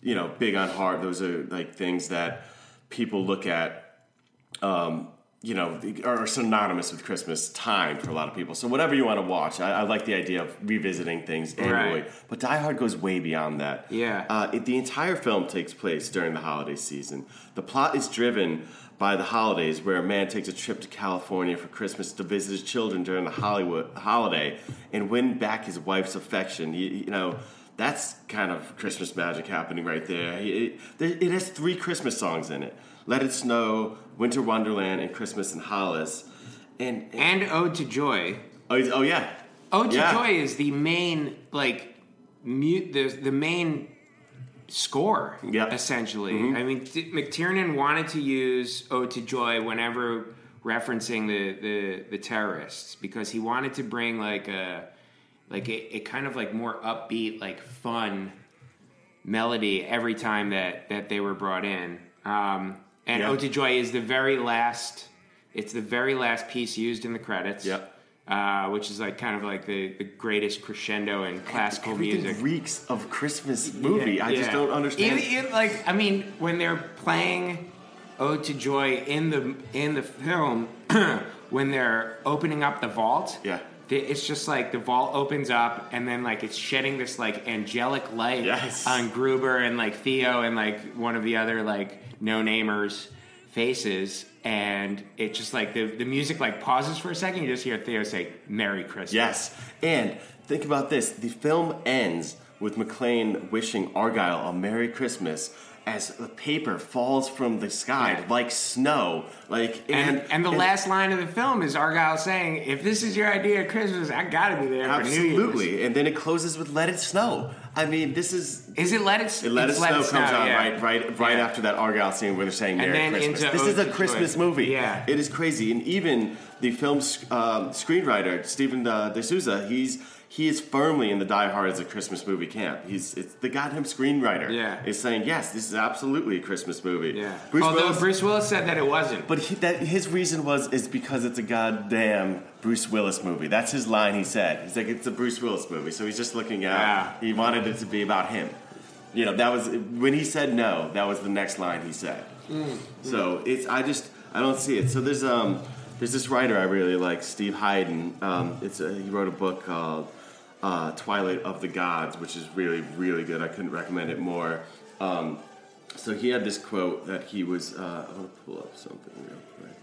Speaker 5: you know, big on heart. Those are like things that people look at you know, are synonymous with Christmas time for a lot of people. So whatever you want to watch, I, I like the idea of revisiting things annually.
Speaker 6: Right.
Speaker 5: But Die Hard goes way beyond that.
Speaker 6: Yeah.
Speaker 5: Uh, it, the entire film takes place during the holiday season. The plot is driven by the holidays, where a man takes a trip to California for Christmas to visit his children during the Hollywood holiday and win back his wife's affection. You, you know. That's kind of Christmas magic happening right there. It, it- it has three Christmas songs in it: "Let It Snow," "Winter Wonderland," and "Christmas in Hollis." And, and
Speaker 6: and Ode to Joy.
Speaker 5: oh, it's- oh yeah,
Speaker 6: Ode
Speaker 5: Yeah.
Speaker 6: to Joy is the main like mute the the main score.
Speaker 5: Yep.
Speaker 6: essentially.
Speaker 5: Mm-hmm.
Speaker 6: I mean, t- McTiernan wanted to use "Ode to Joy" whenever referencing the, the the terrorists because he wanted to bring like a like a, a kind of like more upbeat, like fun melody every time that that they were brought in. Um, and
Speaker 5: Yeah.
Speaker 6: "Ode to Joy" is the very last. It's the very last piece used in the credits.
Speaker 5: Yep.
Speaker 6: Uh, which is like kind of like the, the greatest crescendo in classical
Speaker 5: Everything
Speaker 6: music.
Speaker 5: reeks of Christmas movie. I just
Speaker 6: Yeah.
Speaker 5: don't understand.
Speaker 6: Even, it, like I mean, when they're playing "Ode to Joy" in the in the film, when they're opening up the vault,
Speaker 5: Yeah.
Speaker 6: they- it's just like the vault opens up, and then like it's shedding this like angelic light
Speaker 5: Yes.
Speaker 6: on Gruber and like Theo and like one of the other like no namers faces. And it just like the, the music like pauses for a second. You just hear Theo say "Merry Christmas."
Speaker 5: Yes. And think about this the film ends with McLean wishing Argyle a Merry Christmas as the paper falls from the sky
Speaker 6: Yeah.
Speaker 5: like snow. Like
Speaker 6: And,
Speaker 5: and,
Speaker 6: and, the last line of the film is Argyle saying, "If this is your idea of Christmas, I gotta be there for New Year's."
Speaker 5: Absolutely. And then it closes with Let It Snow. I mean, this is
Speaker 6: Is it let it?
Speaker 5: It Let It
Speaker 6: it's
Speaker 5: Snow comes out
Speaker 6: yeah.
Speaker 5: right, right, right
Speaker 6: Yeah.
Speaker 5: after that Argyle scene where they're saying
Speaker 6: And
Speaker 5: Merry
Speaker 6: then
Speaker 5: Christmas.
Speaker 6: into
Speaker 5: This
Speaker 6: Ode
Speaker 5: is a
Speaker 6: to
Speaker 5: Christmas
Speaker 6: Joy.
Speaker 5: movie.
Speaker 6: Yeah.
Speaker 5: it is crazy. And even the film's um screenwriter Stephen uh, D'Souza, he's he is firmly in the Die Hard as a Christmas movie camp. He's it's the goddamn screenwriter.
Speaker 6: Yeah.
Speaker 5: is saying yes, this is absolutely a Christmas movie.
Speaker 6: Yeah.
Speaker 5: Bruce
Speaker 6: Although
Speaker 5: Willis-
Speaker 6: Bruce Willis said that it wasn't.
Speaker 5: but he, that, his reason was is because it's a goddamn Bruce Willis movie. That's his line. He said he's like it's a Bruce Willis movie, so he's just looking out.
Speaker 6: Yeah.
Speaker 5: He wanted it to be about him. You know that was when he said no. That was the next line he said. So it's I just I don't see it. So there's um there's this writer I really like, Steve Hyden. Um, it's a, he wrote a book called uh, Twilight of the Gods, which is really really good. I couldn't recommend it more. Um, so he had this quote that he was. Uh, I'm gonna pull up something real quick.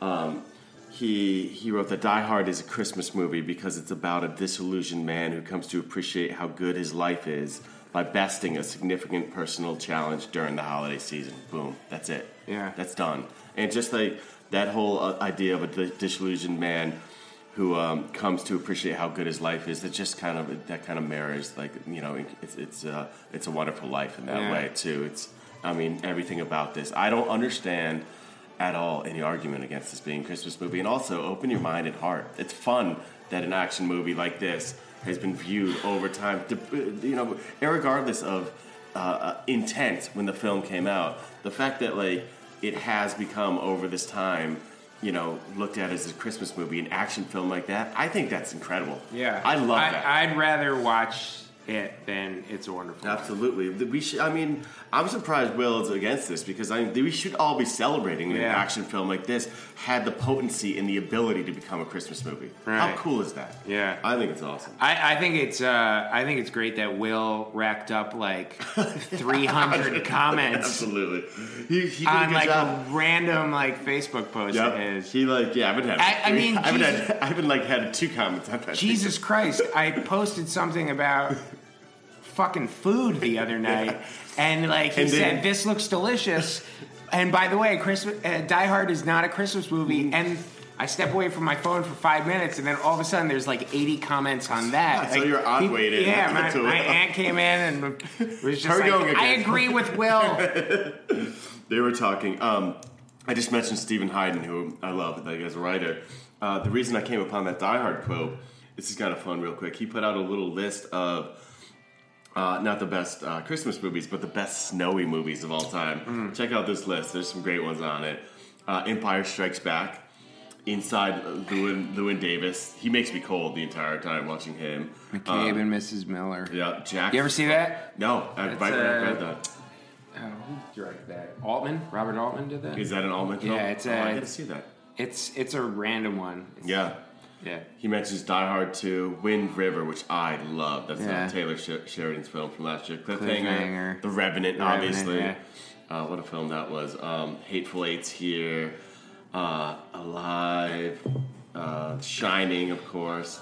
Speaker 5: Um, He he wrote that Die Hard is a Christmas movie because it's about a disillusioned man who comes to appreciate how good his life is by besting a significant personal challenge during the holiday season. Boom. That's it.
Speaker 6: Yeah.
Speaker 5: That's done. And just like that whole uh, idea of a di- disillusioned man who um, comes to appreciate how good his life is. That just kind of that kind of marriage, like you know, it's it's uh, it's a wonderful life in that
Speaker 6: Yeah.
Speaker 5: way too. It's I mean everything about this. I don't understand at all any argument against this being a Christmas movie. And also open your mind and heart. It's fun that an action movie like this has been viewed over time. To, uh, you know, irregardless of uh, uh, intent when the film came out, the fact that like it has become over this time. You know, looked at as a Christmas movie, an action film like that. I think that's incredible.
Speaker 6: yeah,
Speaker 5: I love that.
Speaker 6: I'd rather watch it than It's a Wonderful. Life.
Speaker 5: Absolutely. Th- We should. I mean, I'm surprised Will is against this because I we should all be celebrating that an
Speaker 6: Yeah.
Speaker 5: action film like this had the potency and the ability to become a Christmas movie. How
Speaker 6: Right.
Speaker 5: cool is that?
Speaker 6: Yeah.
Speaker 5: I think it's awesome.
Speaker 6: I, I think it's uh, I think it's great that Will racked up like 300 comments
Speaker 5: Absolutely. He, he did a
Speaker 6: on
Speaker 5: good
Speaker 6: like
Speaker 5: job.
Speaker 6: a random like Facebook post
Speaker 5: Yep.
Speaker 6: of his.
Speaker 5: He like yeah. I haven't had.
Speaker 6: I- I
Speaker 5: three-
Speaker 6: mean,
Speaker 5: I haven't,
Speaker 6: Jesus-
Speaker 5: had, I haven't like had two comments on that.
Speaker 6: Jesus Christ, I posted something about fucking food the other night, and like he
Speaker 5: And then-
Speaker 6: said, this looks delicious. And by the way, Christmas, uh, Die Hard is not a Christmas
Speaker 5: Mm.
Speaker 6: movie. And I step away from my phone for five minutes, and then all of a sudden, there's like 80 comments on that.
Speaker 5: So
Speaker 6: Like,
Speaker 5: your aunt
Speaker 6: he-
Speaker 5: weighed in.
Speaker 6: Yeah, my,
Speaker 5: To-
Speaker 6: my aunt came in and was just
Speaker 5: Her
Speaker 6: like,
Speaker 5: going
Speaker 6: I
Speaker 5: against-
Speaker 6: agree with Will.
Speaker 5: They were talking. Um, I just mentioned Stephen Hayden, who I love like, as a writer. Uh, the reason I came upon that Die Hard quote, this is kind of fun, real quick. He put out a little list of uh, not the best uh, Christmas movies, but the best snowy movies of all time.
Speaker 6: Mm.
Speaker 5: Check out this list. There's some great ones on it. Uh, Empire Strikes Back, Inside uh, Lewin, Lewin Davis. He makes me cold the entire time watching him. Um,
Speaker 6: McCabe and Mrs. Miller.
Speaker 5: Yeah, Jack.
Speaker 6: You ever see that?
Speaker 5: No, I,
Speaker 6: It's,
Speaker 5: right when I read
Speaker 6: uh,
Speaker 5: that.
Speaker 6: Oh, who directed that? Altman? Robert Altman did that?
Speaker 5: Is that an almond?
Speaker 6: Yeah, it's, uh,
Speaker 5: I gotta
Speaker 6: it's-
Speaker 5: see that.
Speaker 6: It's it's a random one. It's-
Speaker 5: Yeah.
Speaker 6: Yeah.
Speaker 5: He mentions Die Hard 2, Wind River, which I love. That's
Speaker 6: Yeah.
Speaker 5: uh, Taylor Sher- Sheridan's film from last year. Cliffhanger,
Speaker 6: Cliffhanger.
Speaker 5: The Revenant,
Speaker 6: The Revenant,
Speaker 5: obviously.
Speaker 6: yeah.
Speaker 5: uh, what a film that was. Um, Hateful Eight's here, uh, Alive, uh, Shining, of course,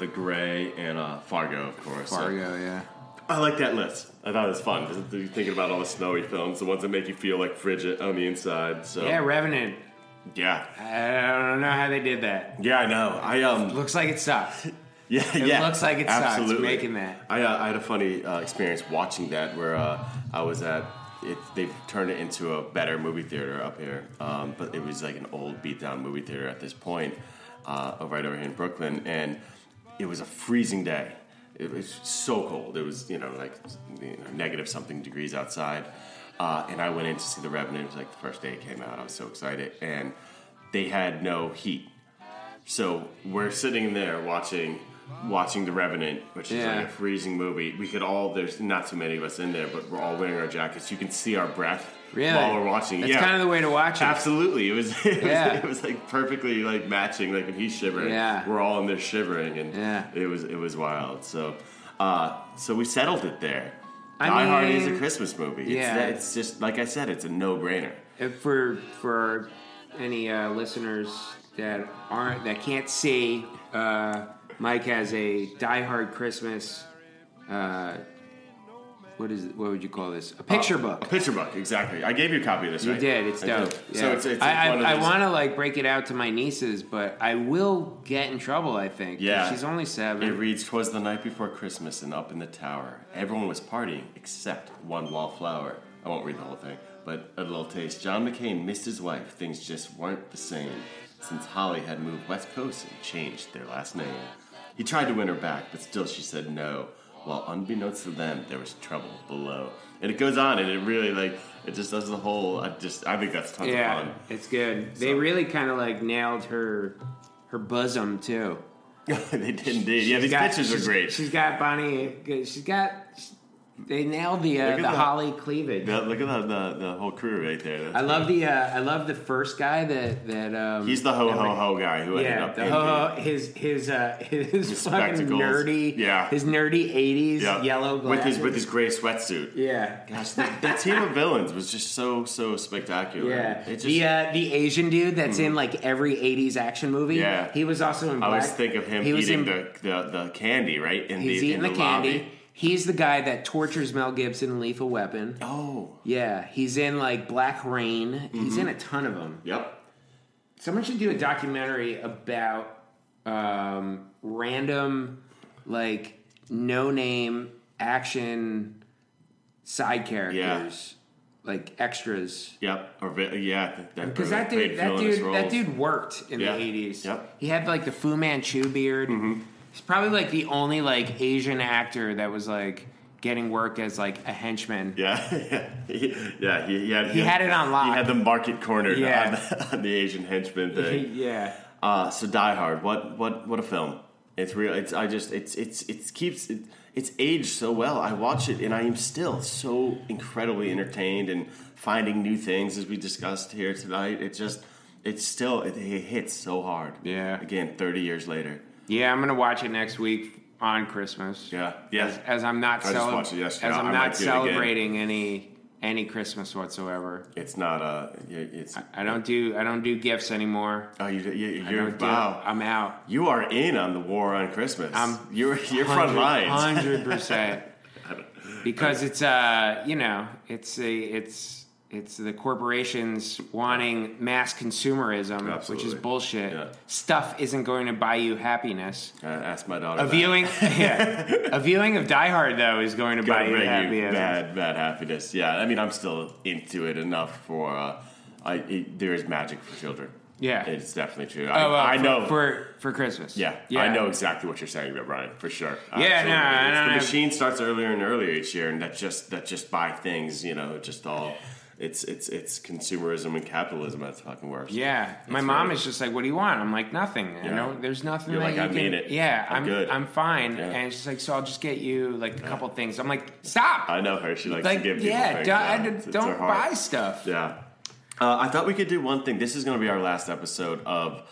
Speaker 5: The Gray, and uh, Fargo, of course. So
Speaker 6: Fargo, yeah.
Speaker 5: I like that list. I thought it was fun. 'cause You're thinking about all the snowy films, the ones that make you feel like frigid on the inside. So
Speaker 6: Yeah, Revenant.
Speaker 5: yeah,
Speaker 6: I don't know how they did that.
Speaker 5: yeah, I know. I um.
Speaker 6: Looks like it sucked.
Speaker 5: Yeah,
Speaker 6: It
Speaker 5: yeah.
Speaker 6: looks like it sucks making that.
Speaker 5: I, uh, I had a funny uh, experience watching that where uh, I was at. It, they've turned it into a better movie theater up here, um, but it was like an old beat down movie theater at this point, uh, right over here in Brooklyn, and it was a freezing day. It was so cold. It was you know like you know, negative something degrees outside, uh, and I went in to see The Revenue. It was like the first day it came out. I was so excited, and they had no heat. So we're sitting there watching watching The Revenant, which is
Speaker 6: Yeah.
Speaker 5: like a freezing movie. We could all there's not too many of us in there, but we're all wearing our jackets. You can see our breath
Speaker 6: Really?
Speaker 5: while we're watching.
Speaker 6: That's
Speaker 5: yeah,
Speaker 6: kind of the way to watch it.
Speaker 5: absolutely. It was it was,
Speaker 6: Yeah.
Speaker 5: it was like perfectly like matching. Like when he's shivering,
Speaker 6: Yeah.
Speaker 5: we're all in there shivering, and
Speaker 6: Yeah.
Speaker 5: it was it was wild. So uh, so we settled it there.
Speaker 6: I
Speaker 5: Die Hard is a
Speaker 6: mean,
Speaker 5: Christmas movie.
Speaker 6: yeah.
Speaker 5: It's, it's just like I said, it's a no brainer.
Speaker 6: And for for any uh, listeners that aren't that can't see, uh, Mike has a Die Hard Christmas. Uh, what is what would you call this? A picture book.
Speaker 5: Uh, A picture book, exactly. I gave you a copy of this.
Speaker 6: You
Speaker 5: right?
Speaker 6: did. It's
Speaker 5: I
Speaker 6: dope.
Speaker 5: did.
Speaker 6: Yeah.
Speaker 5: So it's, it's
Speaker 6: I,
Speaker 5: one of
Speaker 6: I, I
Speaker 5: these-
Speaker 6: want to like break it out to my nieces, but I will get in trouble. I think. 'cause
Speaker 5: Yeah.
Speaker 6: She's only
Speaker 5: It
Speaker 6: seven.
Speaker 5: reads, "Twas the night before Christmas, and up in the tower, everyone was partying except one wallflower." I won't read the whole thing, but a little taste. John McCain missed his wife. Things just weren't the same since Holly had moved west coast and changed their last name. He tried to win her back, but still she said no. While unbeknownst to them, there was trouble below. And it goes on, and it really like it just does the whole. I just I think that's tons of
Speaker 6: yeah,
Speaker 5: fun.
Speaker 6: it's good. They
Speaker 5: So-
Speaker 6: really kind of like nailed her her bosom too.
Speaker 5: they did indeed. Yeah,
Speaker 6: She's
Speaker 5: these
Speaker 6: got-
Speaker 5: pictures are
Speaker 6: she's-
Speaker 5: great.
Speaker 6: She's got Bonnie. uh, She's got. They nailed the uh,
Speaker 5: Look at
Speaker 6: the
Speaker 5: that.
Speaker 6: Holly cleavage.
Speaker 5: Yeah, look at the, the, the whole crew right there. That's
Speaker 6: I love the uh, I love the first guy that that um,
Speaker 5: He's the ho
Speaker 6: that
Speaker 5: ho
Speaker 6: went-
Speaker 5: ho guy who ended
Speaker 6: Yeah,
Speaker 5: up
Speaker 6: the
Speaker 5: in
Speaker 6: ho ho his his uh, his, fucking
Speaker 5: spectacles.
Speaker 6: nerdy
Speaker 5: Yeah.
Speaker 6: his nerdy eighties
Speaker 5: yeah,
Speaker 6: yellow
Speaker 5: with
Speaker 6: glasses
Speaker 5: his with his gray sweatsuit.
Speaker 6: yeah
Speaker 5: Gosh, the, the team of villains was just so so spectacular.
Speaker 6: yeah
Speaker 5: it just, Mm-hmm.
Speaker 6: the uh, the Asian dude that's in like every eighties action movie
Speaker 5: Yeah.
Speaker 6: he was also in
Speaker 5: I
Speaker 6: uh, Black.
Speaker 5: always think of him
Speaker 6: he was
Speaker 5: eating
Speaker 6: in,
Speaker 5: the, the the candy right in
Speaker 6: he's
Speaker 5: the
Speaker 6: eating
Speaker 5: in
Speaker 6: the, candy
Speaker 5: lobby.
Speaker 6: he's the guy that tortures Mel Gibson in Lethal Weapon
Speaker 5: Oh,
Speaker 6: Yeah, he's in like Black Rain. He's in a ton of them.
Speaker 5: yep.
Speaker 6: Someone should do a documentary about um, random, like no name action side characters, like extras.
Speaker 5: Yep, or vi- yeah, th- that
Speaker 6: Because
Speaker 5: really
Speaker 6: that
Speaker 5: played
Speaker 6: dude, that
Speaker 5: villainous
Speaker 6: dude, that
Speaker 5: roles.
Speaker 6: dude worked in
Speaker 5: Yeah.
Speaker 6: the eighties.
Speaker 5: Yep. Mm-hmm.
Speaker 6: He had like the Fu Manchu beard. He's probably like the only like Asian actor that was like getting work as like a henchman.
Speaker 5: Yeah, He- yeah, he, he had
Speaker 6: He had it on lock.
Speaker 5: He had the market cornered
Speaker 6: Yeah.
Speaker 5: on, the, on the Asian henchman thing.
Speaker 6: yeah.
Speaker 5: Uh, so Die Hard, what what what a film! It's real. It's I just it's it's it's keeps it, it's aged so well. I watch it and I am still so incredibly entertained and finding new things as we discussed here tonight. It just it's still it, it hits so hard.
Speaker 6: Yeah.
Speaker 5: Again, thirty years later.
Speaker 6: Yeah, I'm gonna watch it next week on Christmas.
Speaker 5: Yeah. Yeah.
Speaker 6: As, as I'm not
Speaker 5: I just watched it
Speaker 6: celebrating, as
Speaker 5: yesterday. I
Speaker 6: I'm
Speaker 5: might
Speaker 6: not
Speaker 5: do it again.
Speaker 6: celebrating any any Christmas whatsoever.
Speaker 5: It's not uh It's
Speaker 6: I don't do I don't do gifts anymore.
Speaker 5: oh you you
Speaker 6: I
Speaker 5: you're
Speaker 6: don't do-
Speaker 5: wow.
Speaker 6: I'm out.
Speaker 5: you are in on the war on Christmas.
Speaker 6: I'm
Speaker 5: you're you're front lines.
Speaker 6: hundred percent. Because it's uh you know it's a it's it's the corporations wanting mass consumerism, which is
Speaker 5: Absolutely.
Speaker 6: bullshit.
Speaker 5: Yeah.
Speaker 6: Stuff isn't going to buy you happiness.
Speaker 5: I asked Uh, my daughter.
Speaker 6: A
Speaker 5: that.
Speaker 6: viewing, yeah, a viewing of Die Hard though is going to buy
Speaker 5: gotta
Speaker 6: you
Speaker 5: bring
Speaker 6: happy.
Speaker 5: you bad, bad happiness. Yeah, I mean, I'm still into it enough for. Uh, I it, there is magic for children.
Speaker 6: Yeah.
Speaker 5: it's definitely true. I,
Speaker 6: Oh, well,
Speaker 5: I
Speaker 6: for,
Speaker 5: know.
Speaker 6: for for Christmas.
Speaker 5: yeah, I know exactly what you're saying, Ryan, for sure. Absolutely.
Speaker 6: no, I
Speaker 5: It's-
Speaker 6: don't
Speaker 5: the
Speaker 6: have-
Speaker 5: machine starts earlier and earlier each year, and that just that just buy things, you know, just all. It's it's it's consumerism and capitalism that's fucking worse.
Speaker 6: Yeah, my
Speaker 5: It's
Speaker 6: mom
Speaker 5: really-
Speaker 6: is just like, "What do you want?" I'm like, "Nothing." You
Speaker 5: Yeah.
Speaker 6: know, there's nothing.
Speaker 5: You're
Speaker 6: that
Speaker 5: like,
Speaker 6: you
Speaker 5: "I
Speaker 6: can,
Speaker 5: made it.
Speaker 6: Yeah,
Speaker 5: I'm
Speaker 6: I'm
Speaker 5: good."
Speaker 6: I'm fine.
Speaker 5: Yeah.
Speaker 6: And she's like, "So I'll just get you like a couple things." I'm like, "Stop!"
Speaker 5: I know her. She likes
Speaker 6: like,
Speaker 5: to give people
Speaker 6: yeah,
Speaker 5: things.
Speaker 6: don't, I d-
Speaker 5: It's- it's her
Speaker 6: don't
Speaker 5: heart.
Speaker 6: buy stuff.
Speaker 5: Yeah. Uh, I thought we could do one thing. This is going to be our last episode of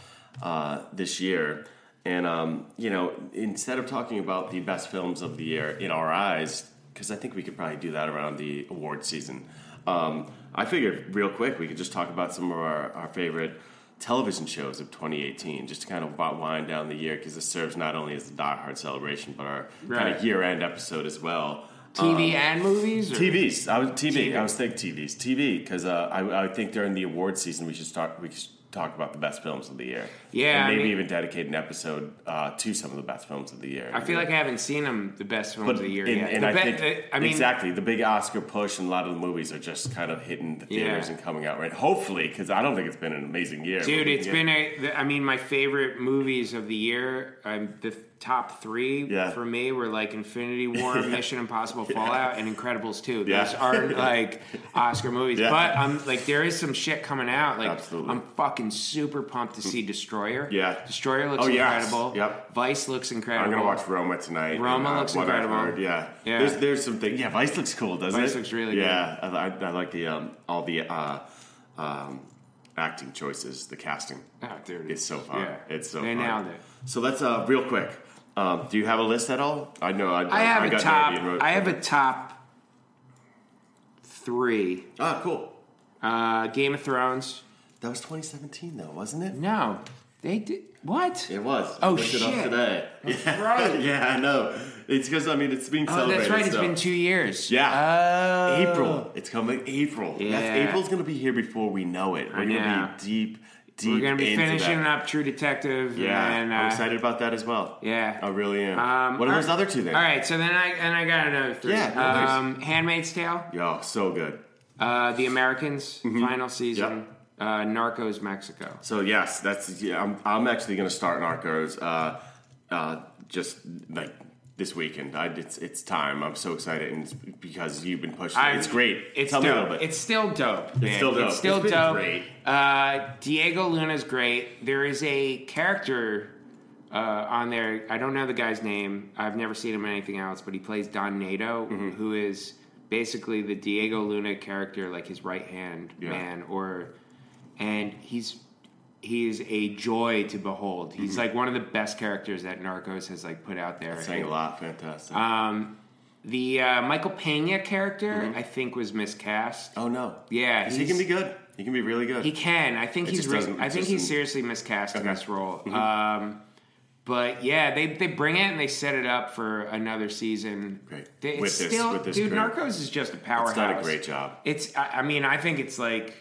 Speaker 5: uh, this year. And, um, you know, instead of talking about the best films of the year in our eyes, because I think we could probably do that around the award season, um, I figured real quick we could just talk about some of our, our favorite television shows of 2018 just to kind of wi- wind down the year because this serves not only as a Die Hard celebration but our kind
Speaker 6: Right.
Speaker 5: of year end episode as well.
Speaker 6: TV
Speaker 5: Um,
Speaker 6: and movies. Or?
Speaker 5: TVs. I was TV.
Speaker 6: TV.
Speaker 5: I was thinking TVs. TV because uh, I, I think during the award season we should start. We should talk about the best films of the year.
Speaker 6: Yeah,
Speaker 5: And
Speaker 6: I
Speaker 5: maybe
Speaker 6: mean-
Speaker 5: even dedicate an episode uh, to some of the best films of the year.
Speaker 6: I feel like I haven't seen them the best films
Speaker 5: But
Speaker 6: of the year
Speaker 5: and,
Speaker 6: yet.
Speaker 5: and
Speaker 6: The
Speaker 5: I
Speaker 6: be-
Speaker 5: think
Speaker 6: the- I mean,
Speaker 5: exactly the big Oscar push, and a lot of the movies are just kind of hitting the theaters
Speaker 6: Yeah.
Speaker 5: and coming out right. Hopefully, because I don't think it's been an amazing year,
Speaker 6: Dude,
Speaker 5: it's
Speaker 6: it's been a. the- I mean, my favorite movies of the year. Um, the top three
Speaker 5: Yeah.
Speaker 6: for me were like Infinity War, Mission Impossible, Fallout, and Incredibles Two.
Speaker 5: Yeah.
Speaker 6: Those are like Oscar movies.
Speaker 5: Yeah.
Speaker 6: But I'm like, there is some shit coming out. Like,
Speaker 5: Absolutely.
Speaker 6: I'm fucking super pumped to see Destroyer.
Speaker 5: Yeah.
Speaker 6: Destroyer looks
Speaker 5: Oh, yes.
Speaker 6: incredible.
Speaker 5: Yep.
Speaker 6: Vice looks
Speaker 5: I'm
Speaker 6: incredible.
Speaker 5: gonna watch Roma tonight.
Speaker 6: Roma
Speaker 5: and, uh,
Speaker 6: looks
Speaker 5: what I've
Speaker 6: incredible.
Speaker 5: heard, Yeah,
Speaker 6: Yeah.
Speaker 5: There's there's some things. Yeah, Vice looks cool, doesn't it?
Speaker 6: Vice looks really good.
Speaker 5: yeah, good. I, I, I like the um, all the uh, um, acting choices, the casting.
Speaker 6: Oh, dude,
Speaker 5: It's so fun.
Speaker 6: Yeah.
Speaker 5: It's so
Speaker 6: They
Speaker 5: fun.
Speaker 6: nailed it.
Speaker 5: So let's uh, real quick. Um, do you have a list at all? I know I,
Speaker 6: I have
Speaker 5: I
Speaker 6: a
Speaker 5: got nerdy and wrote-
Speaker 6: top. I have a top three.
Speaker 5: ah cool.
Speaker 6: Uh, Game of Thrones.
Speaker 5: That was 2017 though, wasn't it?
Speaker 6: No, they did what?
Speaker 5: It was.
Speaker 6: Oh,
Speaker 5: I looked It
Speaker 6: shit.
Speaker 5: up today. yeah.
Speaker 6: right.
Speaker 5: yeah, I know. It's because I mean it's being
Speaker 6: Oh,
Speaker 5: celebrated.
Speaker 6: that's right. It's
Speaker 5: so.
Speaker 6: been two years.
Speaker 5: Yeah.
Speaker 6: Oh.
Speaker 5: April. It's coming April.
Speaker 6: Yeah.
Speaker 5: That's, April's going to be here before we know it. We're going
Speaker 6: know.
Speaker 5: to be deep, deep
Speaker 6: We're gonna be
Speaker 5: into
Speaker 6: finishing
Speaker 5: that.
Speaker 6: up True Detective.
Speaker 5: Yeah.
Speaker 6: And, uh,
Speaker 5: I'm excited about that as well.
Speaker 6: Yeah.
Speaker 5: I really am.
Speaker 6: Um,
Speaker 5: what are
Speaker 6: all
Speaker 5: those
Speaker 6: right.
Speaker 5: other two then?
Speaker 6: All right. So then I and I got another three.
Speaker 5: Yeah, no worries.
Speaker 6: um, Handmaid's Tale.
Speaker 5: Yo, so good.
Speaker 6: Uh, the Americans.
Speaker 5: Mm-hmm.
Speaker 6: Final season. Uh, Narcos Mexico.
Speaker 5: So yes, that's yeah. I'm, I'm actually going to start Narcos. Uh, uh, just like this weekend, I, it's it's time. I'm so excited, and it's because you've been pushing.
Speaker 6: I'm-
Speaker 5: it. It's great.
Speaker 6: It's
Speaker 5: Tell me
Speaker 6: dope.
Speaker 5: a little bit.
Speaker 6: It's still dope. man.
Speaker 5: still dope.
Speaker 6: It's still
Speaker 5: It's been
Speaker 6: dope.
Speaker 5: great.
Speaker 6: Uh, Diego Luna's great. There is a character uh, on there. I don't know the guy's name. I've never seen him in anything else, but he plays Don Nato,
Speaker 5: Mm-hmm.
Speaker 6: who is basically the Diego Luna character, like his right hand
Speaker 5: Yeah.
Speaker 6: man, or and he's he is a joy to behold.
Speaker 5: Mm-hmm.
Speaker 6: He's like one of the best characters that Narcos has like put out there.
Speaker 5: saying a lot. Fantastic.
Speaker 6: Um, The uh, Michael Pena character,
Speaker 5: Mm-hmm.
Speaker 6: I think, was miscast.
Speaker 5: oh no.
Speaker 6: Yeah,
Speaker 5: 'Cause he can
Speaker 6: he's-
Speaker 5: be good. He can be really good.
Speaker 6: He can. I think
Speaker 5: It
Speaker 6: he's.
Speaker 5: just
Speaker 6: Re-
Speaker 5: doesn't-
Speaker 6: I
Speaker 5: it
Speaker 6: think
Speaker 5: just
Speaker 6: he's
Speaker 5: doesn't-
Speaker 6: seriously miscast in
Speaker 5: Okay. Mm-hmm.
Speaker 6: this role. Um, but yeah, they they bring it and they set it up for another season.
Speaker 5: Great.
Speaker 6: They- It's
Speaker 5: With this-
Speaker 6: still,
Speaker 5: with this
Speaker 6: dude,
Speaker 5: crew.
Speaker 6: Narcos is just a powerhouse.
Speaker 5: It's done a great job.
Speaker 6: It's. I, I mean, I think it's like.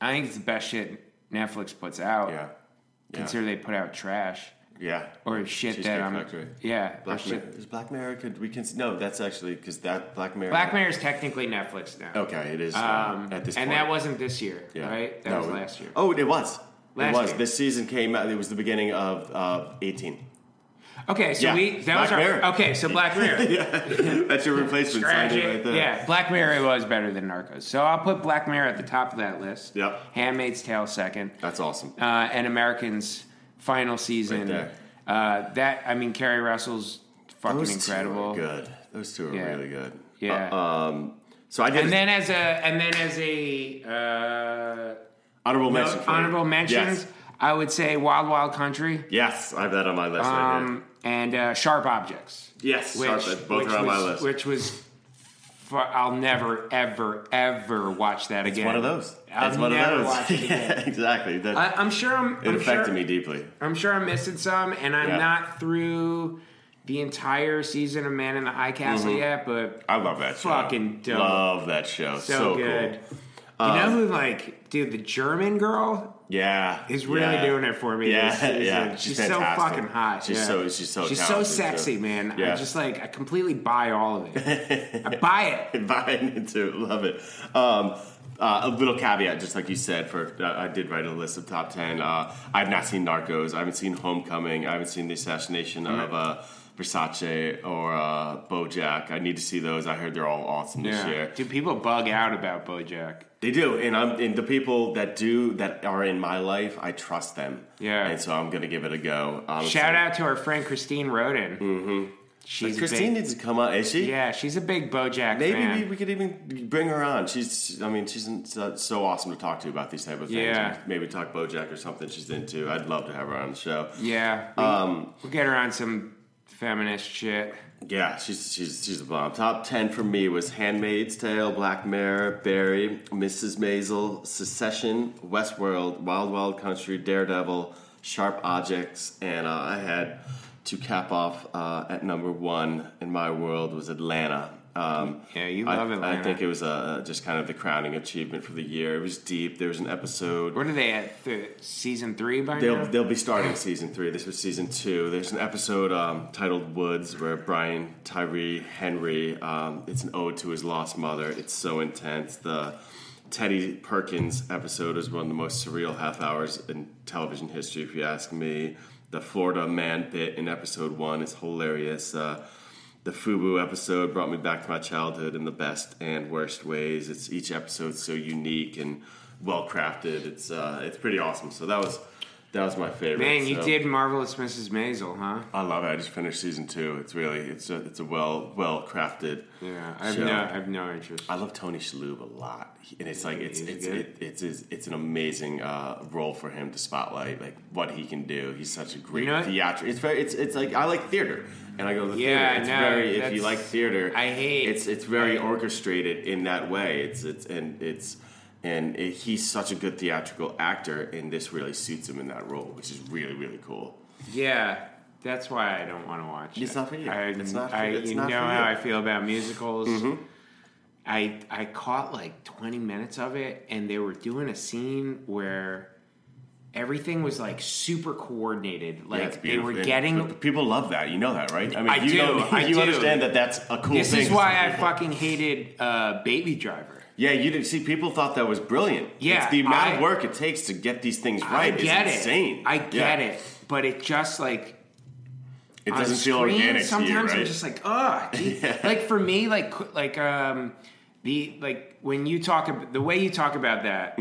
Speaker 6: I think it's the best shit Netflix puts out.
Speaker 5: Yeah. Yeah.
Speaker 6: Consider they put out trash
Speaker 5: yeah.
Speaker 6: or shit
Speaker 5: Cheesecake
Speaker 6: that I'm.
Speaker 5: Factory.
Speaker 6: Yeah. or
Speaker 5: Black Mirror.
Speaker 6: shit-
Speaker 5: Is Black Mirror could we can no? That's actually because that Black Mirror.
Speaker 6: Black Mirror is technically Netflix now.
Speaker 5: Okay, it is uh,
Speaker 6: Um,
Speaker 5: at this
Speaker 6: and
Speaker 5: point.
Speaker 6: that wasn't this year,
Speaker 5: Yeah.
Speaker 6: right? That
Speaker 5: No,
Speaker 6: was
Speaker 5: it-
Speaker 6: last year.
Speaker 5: Oh, it was.
Speaker 6: Last
Speaker 5: it was.
Speaker 6: year.
Speaker 5: This season came out. It was the beginning of uh, eighteen.
Speaker 6: Okay, so
Speaker 5: Yeah,
Speaker 6: we that
Speaker 5: Black
Speaker 6: was our
Speaker 5: Mirror.
Speaker 6: okay. So Black Mirror,
Speaker 5: That's your replacement
Speaker 6: Scratch
Speaker 5: Sanjay,
Speaker 6: it.
Speaker 5: right there.
Speaker 6: Yeah, Black Mirror was better than Narcos. So I'll put Black Mirror at the top of that list.
Speaker 5: Yep.
Speaker 6: Handmaid's Tale second,
Speaker 5: That's awesome.
Speaker 6: uh, and Americans final season.
Speaker 5: Right
Speaker 6: Uh, that I mean, Carrie Russell's fucking
Speaker 5: Those
Speaker 6: incredible.
Speaker 5: Two are good. Those two are
Speaker 6: Yeah.
Speaker 5: really good.
Speaker 6: Yeah.
Speaker 5: Uh, um. So I did
Speaker 6: And then as a and then as a uh,
Speaker 5: honorable
Speaker 6: no,
Speaker 5: mention. for you.
Speaker 6: honorable mentions,
Speaker 5: Yes.
Speaker 6: I would say Wild Wild Country
Speaker 5: Yes, I have that on my list. right here.
Speaker 6: um, and uh, Sharp Objects.
Speaker 5: Yes,
Speaker 6: which,
Speaker 5: Sharp, both
Speaker 6: which
Speaker 5: are on
Speaker 6: was,
Speaker 5: my list.
Speaker 6: Which was, fu- I'll never, ever, ever watch that again.
Speaker 5: It's one of those.
Speaker 6: I'll
Speaker 5: it's one
Speaker 6: never
Speaker 5: of those.
Speaker 6: watch it again.
Speaker 5: yeah, exactly. That,
Speaker 6: I, I'm sure I'm.
Speaker 5: it
Speaker 6: I'm
Speaker 5: affected
Speaker 6: sure,
Speaker 5: me deeply.
Speaker 6: I'm sure I'm missing some, and I'm
Speaker 5: Yeah.
Speaker 6: not through the entire season of Man in the High Castle yet. But
Speaker 5: Mm-hmm. I love that show.
Speaker 6: Fucking dope.
Speaker 5: Love that show.
Speaker 6: so,
Speaker 5: So,
Speaker 6: good.
Speaker 5: cool. Uh,
Speaker 6: you know who, like, dude, the German girl
Speaker 5: Yeah.
Speaker 6: is really
Speaker 5: yeah.
Speaker 6: doing it for me.
Speaker 5: Yeah,
Speaker 6: this season.
Speaker 5: yeah,
Speaker 6: She's,
Speaker 5: she's
Speaker 6: so
Speaker 5: fantastic.
Speaker 6: fucking hot.
Speaker 5: She's
Speaker 6: yeah.
Speaker 5: so- she's so
Speaker 6: she's so
Speaker 5: talented,
Speaker 6: sexy,
Speaker 5: yeah.
Speaker 6: man. I
Speaker 5: Yeah.
Speaker 6: just like I completely buy all of it. I buy it.
Speaker 5: Buying into it. Love it. Um, uh, a little caveat, just like you said, for uh, I did write a list of top ten. Uh, I've not seen Narcos. I haven't seen Homecoming. I haven't seen the assassination of uh, Versace or uh, BoJack. I need to see those. I heard they're all awesome this year.
Speaker 6: Dude, people bug out about BoJack.
Speaker 5: They do, and I'm and the people that do that are in my life, I trust them.
Speaker 6: Yeah.
Speaker 5: and so I'm gonna give it a go. Honestly.
Speaker 6: Shout out to our friend Christine Roden. Mm-hmm. She's a
Speaker 5: Christine
Speaker 6: Big,
Speaker 5: needs to come on. Is she?
Speaker 6: yeah, she's a big BoJack
Speaker 5: Maybe
Speaker 6: fan.
Speaker 5: we, we could even bring her on. She's, I mean, she's so, so awesome to talk to about these type of things.
Speaker 6: Yeah.
Speaker 5: Maybe talk BoJack or something she's into. I'd love to have her on the show.
Speaker 6: yeah, we,
Speaker 5: Um,
Speaker 6: we'll get her on some feminist shit.
Speaker 5: yeah, she's she's she's a bomb. Top ten for me was Handmaid's Tale, Black Mirror, Barry, Mrs. Maisel, Secession, Westworld, Wild Wild Country, Daredevil, Sharp Objects, and uh, I had to cap off uh, at number one in my world was Atlanta. Um,
Speaker 6: Yeah, you
Speaker 5: I-
Speaker 6: love
Speaker 5: I,
Speaker 6: Atlanta.
Speaker 5: think it was uh, just kind of the crowning achievement for the year. It was deep. There was an episode.
Speaker 6: What are they at? Th- season three by
Speaker 5: They'll
Speaker 6: now?
Speaker 5: they'll be starting season three. This was season two. There's an episode um, titled Woods where Brian Tyree Henry. Um, it's an ode to his lost mother. It's so intense. The Teddy Perkins episode is one of the most surreal half hours in television history, if you ask me. The Florida man bit in episode one is hilarious. Uh, the Fubu episode brought me back to my childhood in the best and worst ways. It's each episode's so unique and well crafted. It's uh, it's pretty awesome. So that was that was my favorite.
Speaker 6: Man, you
Speaker 5: So-
Speaker 6: did marvelous, Mrs. Maisel, huh?
Speaker 5: I love it. I just finished season two. It's really it's a it's a well well crafted.
Speaker 6: Yeah, I have
Speaker 5: show.
Speaker 6: no, I have no interest.
Speaker 5: I love Tony Shalhoub a lot, He- and it's like it's
Speaker 6: He's
Speaker 5: it's
Speaker 6: good.
Speaker 5: it, it's it's it's an amazing uh, role for him to spotlight like what he can do. He's such a great
Speaker 6: You know what?
Speaker 5: theater. It's very it's it's like I like theater, and I go to the
Speaker 6: Yeah,
Speaker 5: theater. It's
Speaker 6: no,
Speaker 5: very if
Speaker 6: that's-
Speaker 5: you like theater,
Speaker 6: I hate-
Speaker 5: it's it's very
Speaker 6: I-
Speaker 5: orchestrated in that way. It's it's and it's. And it, he's such a good theatrical actor, and this really suits him in that role, which is really, really cool.
Speaker 6: yeah, that's why I don't want to watch.
Speaker 5: It's
Speaker 6: it.
Speaker 5: not for you.
Speaker 6: I,
Speaker 5: It's not for-
Speaker 6: I,
Speaker 5: it's
Speaker 6: you
Speaker 5: not
Speaker 6: know
Speaker 5: for
Speaker 6: how
Speaker 5: you. Mm-hmm.
Speaker 6: I feel about musicals. I I caught like 20 minutes of it, and they were doing a scene where everything was like super coordinated.
Speaker 5: Yeah,
Speaker 6: Like
Speaker 5: it's
Speaker 6: they were
Speaker 5: beautiful.
Speaker 6: getting
Speaker 5: But people love that. You know that, right? I mean,
Speaker 6: I
Speaker 5: you
Speaker 6: do,
Speaker 5: know,
Speaker 6: I
Speaker 5: you
Speaker 6: do.
Speaker 5: understand that that's a cool
Speaker 6: This
Speaker 5: thing.
Speaker 6: is why I fucking hated uh, Baby Driver.
Speaker 5: Yeah, you didn't see. People thought that was brilliant.
Speaker 6: Yeah,
Speaker 5: it's the amount
Speaker 6: I-
Speaker 5: of work it takes to get these things right
Speaker 6: I get
Speaker 5: is
Speaker 6: it.
Speaker 5: insane.
Speaker 6: I get
Speaker 5: Yeah.
Speaker 6: it, but it just like
Speaker 5: It
Speaker 6: on
Speaker 5: doesn't feel
Speaker 6: screen,
Speaker 5: organic
Speaker 6: Sometimes
Speaker 5: to you,
Speaker 6: I'm
Speaker 5: right?
Speaker 6: just like, ugh. dude." Like for me, like qu- like um, the like when you talk about the way you talk about that,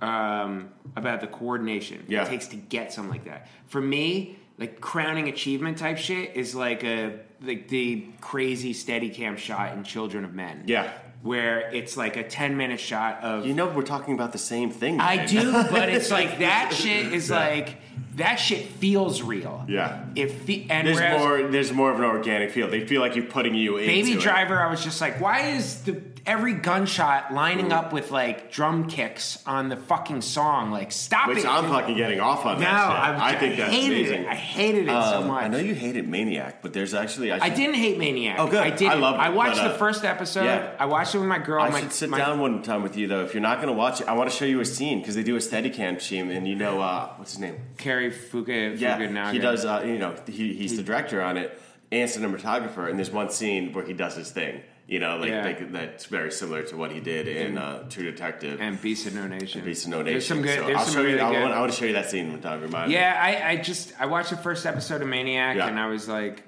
Speaker 6: um, about the coordination
Speaker 5: Mm-hmm. Yeah.
Speaker 6: it takes to get something like that. For me, like crowning achievement type shit is like a like the crazy steady cam shot in Children of Men.
Speaker 5: Yeah.
Speaker 6: Where it's like a ten minute shot of
Speaker 5: you know, we're talking about the same thing.
Speaker 6: I
Speaker 5: man.
Speaker 6: do, but it's like that shit is like that shit feels real.
Speaker 5: Yeah.
Speaker 6: It fe- and
Speaker 5: There's
Speaker 6: whereas
Speaker 5: more. There's more of an organic feel. They feel like you're putting you in.
Speaker 6: Baby Driver, I was just like, why is the every gunshot
Speaker 5: Mm.
Speaker 6: lining up with like drum kicks on the fucking song? Like, stop
Speaker 5: which
Speaker 6: it.
Speaker 5: I'm fucking getting off on.
Speaker 6: no,
Speaker 5: that shit.
Speaker 6: I, was-
Speaker 5: I think that's
Speaker 6: hated
Speaker 5: amazing.
Speaker 6: it. I hated it so
Speaker 5: Um,
Speaker 6: much.
Speaker 5: I know you hated Maniac, but there's actually I,
Speaker 6: I
Speaker 5: should-
Speaker 6: didn't hate Maniac.
Speaker 5: Oh, good.
Speaker 6: I did.
Speaker 5: I loved it,
Speaker 6: I watched
Speaker 5: but, uh,
Speaker 6: the first episode.
Speaker 5: yeah.
Speaker 6: I watched it with my girl.
Speaker 5: I
Speaker 6: Oh, my,
Speaker 5: should sit
Speaker 6: my-
Speaker 5: down one time with you though. If you're not going to watch it, I want to show you a scene because they do a Steadicam scene, and you know uh, what's his name?
Speaker 6: Carrie Fuka. Fuka
Speaker 5: Yeah,
Speaker 6: Naga.
Speaker 5: he does. Uh, you know, he, he's the director on it and cinematographer. And there's one scene where he does his thing. You know, like,
Speaker 6: Yeah.
Speaker 5: like that's very similar to what he did in uh, True Detective and
Speaker 6: And Beast of No Nation.
Speaker 5: Beast of No Nation.
Speaker 6: There's some good.
Speaker 5: So
Speaker 6: there's
Speaker 5: I'll
Speaker 6: some
Speaker 5: show
Speaker 6: really
Speaker 5: you. I
Speaker 6: good.
Speaker 5: want, I want to show you that scene one time. Remind me.
Speaker 6: Yeah, I, I just I watched the first episode of Maniac
Speaker 5: Yeah.
Speaker 6: and I was like,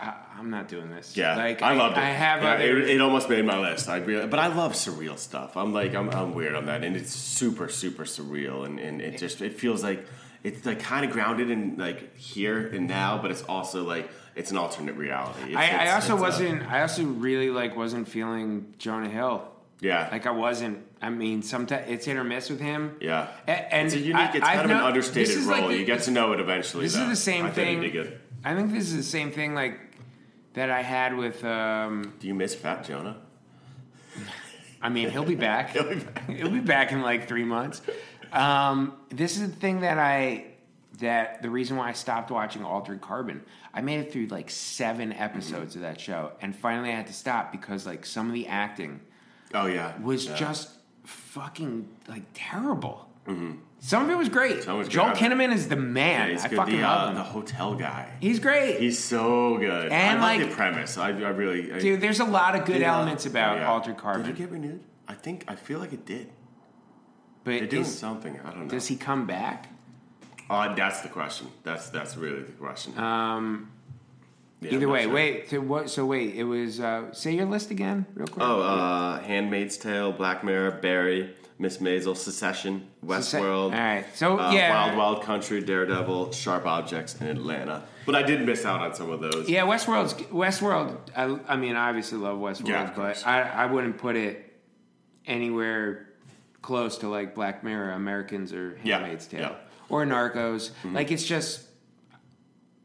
Speaker 6: I, I'm not doing this.
Speaker 5: Yeah,
Speaker 6: like
Speaker 5: I loved it.
Speaker 6: I have
Speaker 5: Yeah,
Speaker 6: other.
Speaker 5: it, it almost made my list. I really, but I love surreal stuff. I'm like, I'm, I'm weird on that, and it's super, super surreal, and, and it just it feels like it's like kind of grounded in like here and now, but it's also like it's an alternate reality. It's-
Speaker 6: I, I
Speaker 5: it's-
Speaker 6: also
Speaker 5: it's uh, a-
Speaker 6: wasn't. I also really like wasn't feeling Jonah Hill.
Speaker 5: yeah,
Speaker 6: Like I wasn't. I mean, sometimes it's hit or miss with him.
Speaker 5: yeah.
Speaker 6: A- and
Speaker 5: it's a unique. it's
Speaker 6: I-
Speaker 5: kind
Speaker 6: I've
Speaker 5: of an
Speaker 6: not-
Speaker 5: understated
Speaker 6: this is
Speaker 5: role.
Speaker 6: like the-
Speaker 5: you get to know it eventually.
Speaker 6: This is
Speaker 5: though.
Speaker 6: the same
Speaker 5: I thought
Speaker 6: thing.
Speaker 5: You did good.
Speaker 6: I think this is the same thing like that I had with. um
Speaker 5: Do you miss Fat Jonah?
Speaker 6: I mean, he'll be back. he'll, be back. in like three months. Um, this is the thing that I that the reason why I stopped watching Altered Carbon. I made it through like seven
Speaker 5: Mm-hmm.
Speaker 6: episodes of that show, and finally I had to stop because like some of the acting
Speaker 5: Oh yeah,
Speaker 6: was
Speaker 5: Yeah.
Speaker 6: just fucking like terrible. Some of it was great.
Speaker 5: Mm-hmm. Some was
Speaker 6: Joel
Speaker 5: great.
Speaker 6: Kinnaman is the man.
Speaker 5: Yeah, he's
Speaker 6: I
Speaker 5: good.
Speaker 6: fucking
Speaker 5: the,
Speaker 6: love
Speaker 5: uh,
Speaker 6: him.
Speaker 5: the hotel guy.
Speaker 6: he's great.
Speaker 5: He's so good.
Speaker 6: And,
Speaker 5: I
Speaker 6: like-
Speaker 5: love the premise. I, I really I,
Speaker 6: Dude, there's a lot of good
Speaker 5: did, uh,
Speaker 6: elements about
Speaker 5: yeah.
Speaker 6: Altered Carbon.
Speaker 5: Did it get renewed? I think I feel like it did.
Speaker 6: but
Speaker 5: They're doing
Speaker 6: is-
Speaker 5: something. I don't know.
Speaker 6: does he come back?
Speaker 5: Uh, that's the question. That's that's really the question.
Speaker 6: Um,
Speaker 5: Yeah, I'm
Speaker 6: Either
Speaker 5: not
Speaker 6: way,
Speaker 5: sure.
Speaker 6: wait. So what? So wait. It was. Uh, say your list again, real quick.
Speaker 5: Oh, uh, Handmaid's Tale, Black Mirror, Barry, Miss Maisel, Secession,
Speaker 6: Se-
Speaker 5: Westworld.
Speaker 6: All right. So
Speaker 5: uh,
Speaker 6: yeah,
Speaker 5: Wild Wild Country, Daredevil, Sharp Objects, and Atlanta. But I did miss out on some of those.
Speaker 6: yeah. Westworld's Westworld. I, I mean, I obviously love Westworld,
Speaker 5: Yeah, of
Speaker 6: but
Speaker 5: course.
Speaker 6: I, I wouldn't put it anywhere close to like Black Mirror, Americans, or
Speaker 5: Yeah,
Speaker 6: Handmaid's Tale,
Speaker 5: yeah. Mm-hmm.
Speaker 6: or Narcos. Like it's just,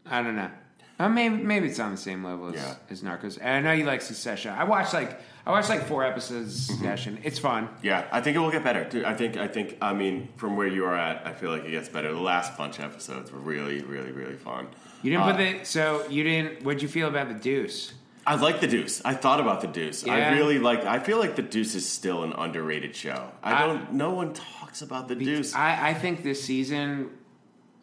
Speaker 6: I don't know. Uh, maybe maybe it's on the same level as,
Speaker 5: Yeah.
Speaker 6: as Narcos. And I know you like Succession. I watched like I watched like four episodes of
Speaker 5: Mm-hmm.
Speaker 6: Succession. It's fun.
Speaker 5: Yeah, I think it will get better. Dude, I think I think I mean from where you are at, I feel like it gets better. The last bunch of episodes were really, really, really fun.
Speaker 6: You didn't
Speaker 5: Uh,
Speaker 6: put the so you didn't. What'd you feel about the Deuce?
Speaker 5: I like the Deuce. I thought about the Deuce.
Speaker 6: Yeah.
Speaker 5: I really like. I feel like the Deuce is still an underrated show. I,
Speaker 6: I-
Speaker 5: don't. No one talks about the Deuce.
Speaker 6: I, I think this season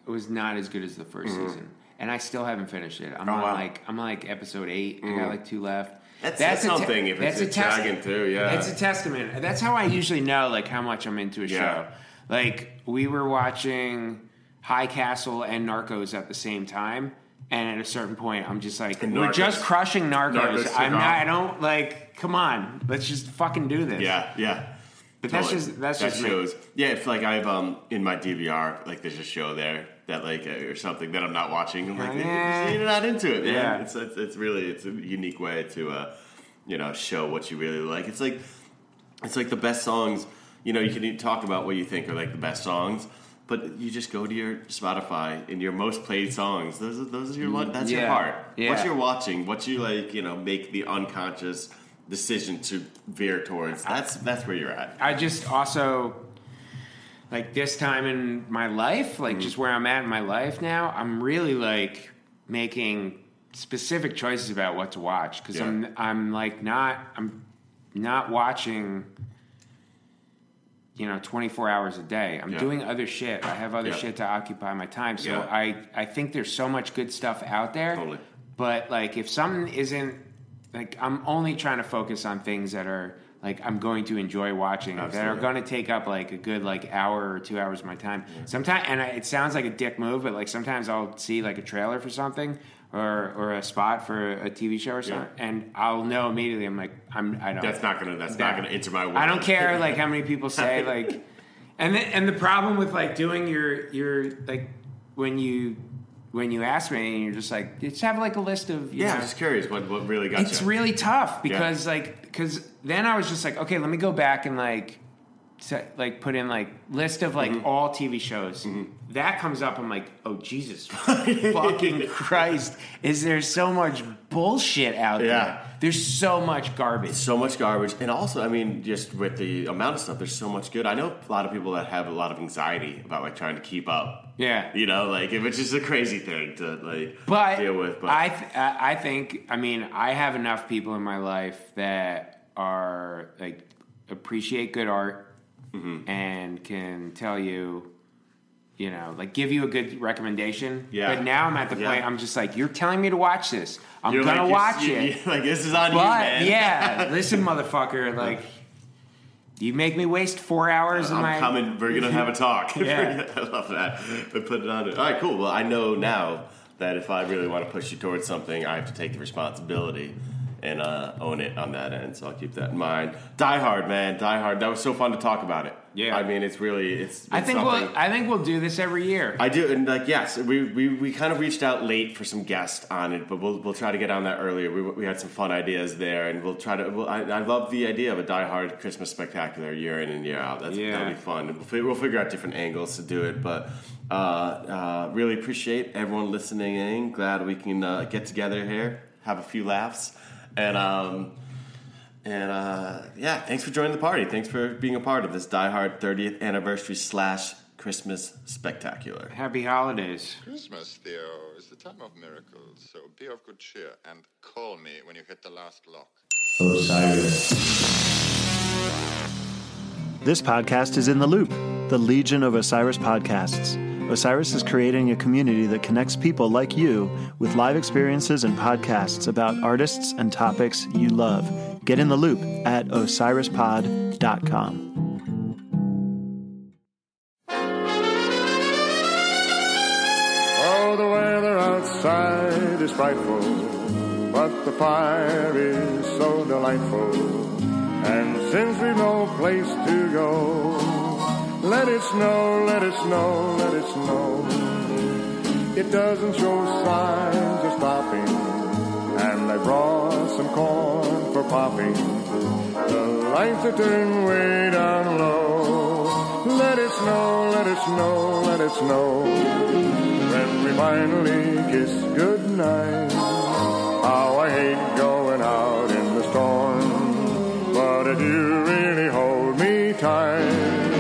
Speaker 6: was not as good as the 1st season, and I still haven't finished it. I'm on
Speaker 5: Mm-hmm. Oh, wow. Mm.
Speaker 6: like I'm on like episode eight. I got like two left.
Speaker 5: That's- that's
Speaker 6: a te-
Speaker 5: something if it's a
Speaker 6: test-
Speaker 5: dragon uh, too, yeah.
Speaker 6: that's a testament. That's how I usually know like how much I'm into a
Speaker 5: Yeah.
Speaker 6: show. Like we were watching High Castle and Narcos at the same time, and at a certain point, I'm just like,
Speaker 5: And
Speaker 6: we're
Speaker 5: Narcos.
Speaker 6: just crushing Narcos.
Speaker 5: Narcos took
Speaker 6: I'm not.
Speaker 5: off.
Speaker 6: I don't like. Come on, let's just fucking do this.
Speaker 5: yeah, yeah.
Speaker 6: But that's just- that's
Speaker 5: that
Speaker 6: just me.
Speaker 5: shows. Yeah, if like I've um in my DVR, like there's a show there that like uh, or something that I'm not watching. I'm like,
Speaker 6: Yeah.
Speaker 5: you're not into it. Man.
Speaker 6: Yeah.
Speaker 5: it's, it's it's really it's a unique way to uh you know show what you really like. It's like it's like the best songs. You know, you can even talk about what you think are like the best songs, but you just go to your Spotify and your most played songs. Those are those are your one. That's your
Speaker 6: yeah.
Speaker 5: heart.
Speaker 6: Yeah.
Speaker 5: What you're watching, what you like, you know, make the unconscious decision to veer towards. That's that's where you're at.
Speaker 6: I just also like this time in my life,
Speaker 5: Mm-hmm.
Speaker 6: like just where I'm at in my life now, I'm really like making specific choices about what to watch because
Speaker 5: Yeah.
Speaker 6: I'm I'm like not I'm not watching you know 24 hours a day. I'm
Speaker 5: Yeah.
Speaker 6: doing other shit. I have other
Speaker 5: Yeah.
Speaker 6: shit to occupy my time. So
Speaker 5: Yeah.
Speaker 6: I I think there's so much good stuff out there.
Speaker 5: Totally.
Speaker 6: But like if something isn't like I'm only trying to focus on things that are like I'm going to enjoy watching that
Speaker 5: Absolutely.
Speaker 6: are going to take up like a good like hour or two hours of my time. Sometimes and I, it sounds like a dick move, but like sometimes I'll see like a trailer for something or or a spot for a TV show or something, and I'll know immediately. I'm like I'm I don't.
Speaker 5: That's not gonna. That's
Speaker 6: Yeah.
Speaker 5: not gonna enter my world.
Speaker 6: I don't care like how many people say like, and the, and the problem with like doing your your like when you when you ask me and you're just like just have like a list of you
Speaker 5: Yeah,
Speaker 6: know,
Speaker 5: I'm just curious what what really got
Speaker 6: it's
Speaker 5: you.
Speaker 6: really tough because like because then I was just like, okay, let me go back and like set, like put in like list of
Speaker 5: Mm-hmm.
Speaker 6: like all TV shows. That comes up. I'm like, oh Jesus, fucking Christ! Is there so much bullshit out
Speaker 5: Yeah.
Speaker 6: there? There's so much garbage.
Speaker 5: so much garbage, and also, I mean, just with the amount of stuff, there's so much good. I know a lot of people that have a lot of anxiety about like trying to keep up.
Speaker 6: Yeah.
Speaker 5: You know, like if it's just a crazy thing to like
Speaker 6: but
Speaker 5: deal with. But
Speaker 6: I th- I I think I mean I have enough people in my life that are like appreciate good art
Speaker 5: Mm-hmm.
Speaker 6: and can tell you you know like give you a good recommendation
Speaker 5: Yeah.
Speaker 6: but now I'm at the
Speaker 5: Yeah.
Speaker 6: point I'm just like you're telling me to watch this I'm
Speaker 5: you're
Speaker 6: gonna
Speaker 5: like,
Speaker 6: watch
Speaker 5: you-
Speaker 6: it
Speaker 5: you- like this is on you,
Speaker 6: but
Speaker 5: man.
Speaker 6: yeah listen motherfucker like you make me waste four hours of
Speaker 5: I'm
Speaker 6: my
Speaker 5: coming. We're gonna have a talk.
Speaker 6: Yeah.
Speaker 5: I love that. But put it on. it. All right, cool. Well, I know now that if I really want to push you towards something, I have to take the responsibility and uh, own it on that end. So I'll keep that in mind. Die Hard, man, Die Hard. That was so fun to talk about it.
Speaker 6: Yeah.
Speaker 5: I mean, it's really it's.
Speaker 6: I
Speaker 5: it's
Speaker 6: think
Speaker 5: something-
Speaker 6: we'll I think we'll do this every year
Speaker 5: I do, and like yes, we, we, we kind of reached out late for some guests on it, but we'll, we'll try to get on that earlier. We, we had some fun ideas there, and we'll try to. We'll, I, I love the idea of a Die Hard Christmas spectacular year in and year out. That's
Speaker 6: Yeah.
Speaker 5: that'll be fun. We'll, fi- we'll figure out different angles to do it, but uh, uh, really appreciate everyone listening in. Glad we can uh, get together here, have a few laughs, and. Um, and uh, yeah, thanks for joining the party. Thanks for being a part of this Die Hard 30th anniversary slash Christmas spectacular.
Speaker 6: happy holidays
Speaker 7: Christmas, Theo, is the time of miracles, so be of good cheer and call me when you hit the last lock.
Speaker 8: This podcast is In the Loop, the Legion of Osiris podcasts. Osiris is creating a community that connects people like you with live experiences and podcasts about artists and topics you love. Get in the loop at osirispod.com.
Speaker 9: Oh, the weather outside is frightful, but the fire is so delightful. And since we've no place to go, let it snow, let it snow, let it snow. It doesn't show signs of stopping, and I brought some corn for popping. The lights are turned way down low. Let it snow, let it snow, let it snow. When we finally kiss goodnight, how I hate going out in the storm. But if you really hold me tight,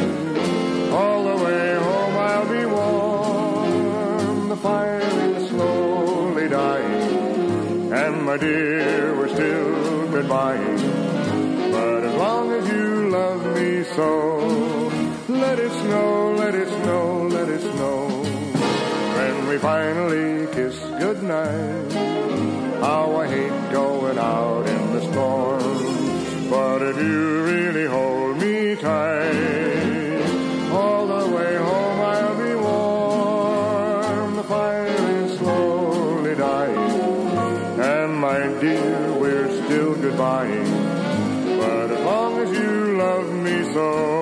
Speaker 9: all the way home I'll be warm. The fire is slowly dying, and my dear, we're that you love me so. Let it snow, let it snow, let it snow. When we finally kiss goodnight, how I hate going out in the storm. But if you really hold me tight, all the way home I'll be warm. The fire is slowly dying, and my dear, we're still goodbying. But as long as you love me so,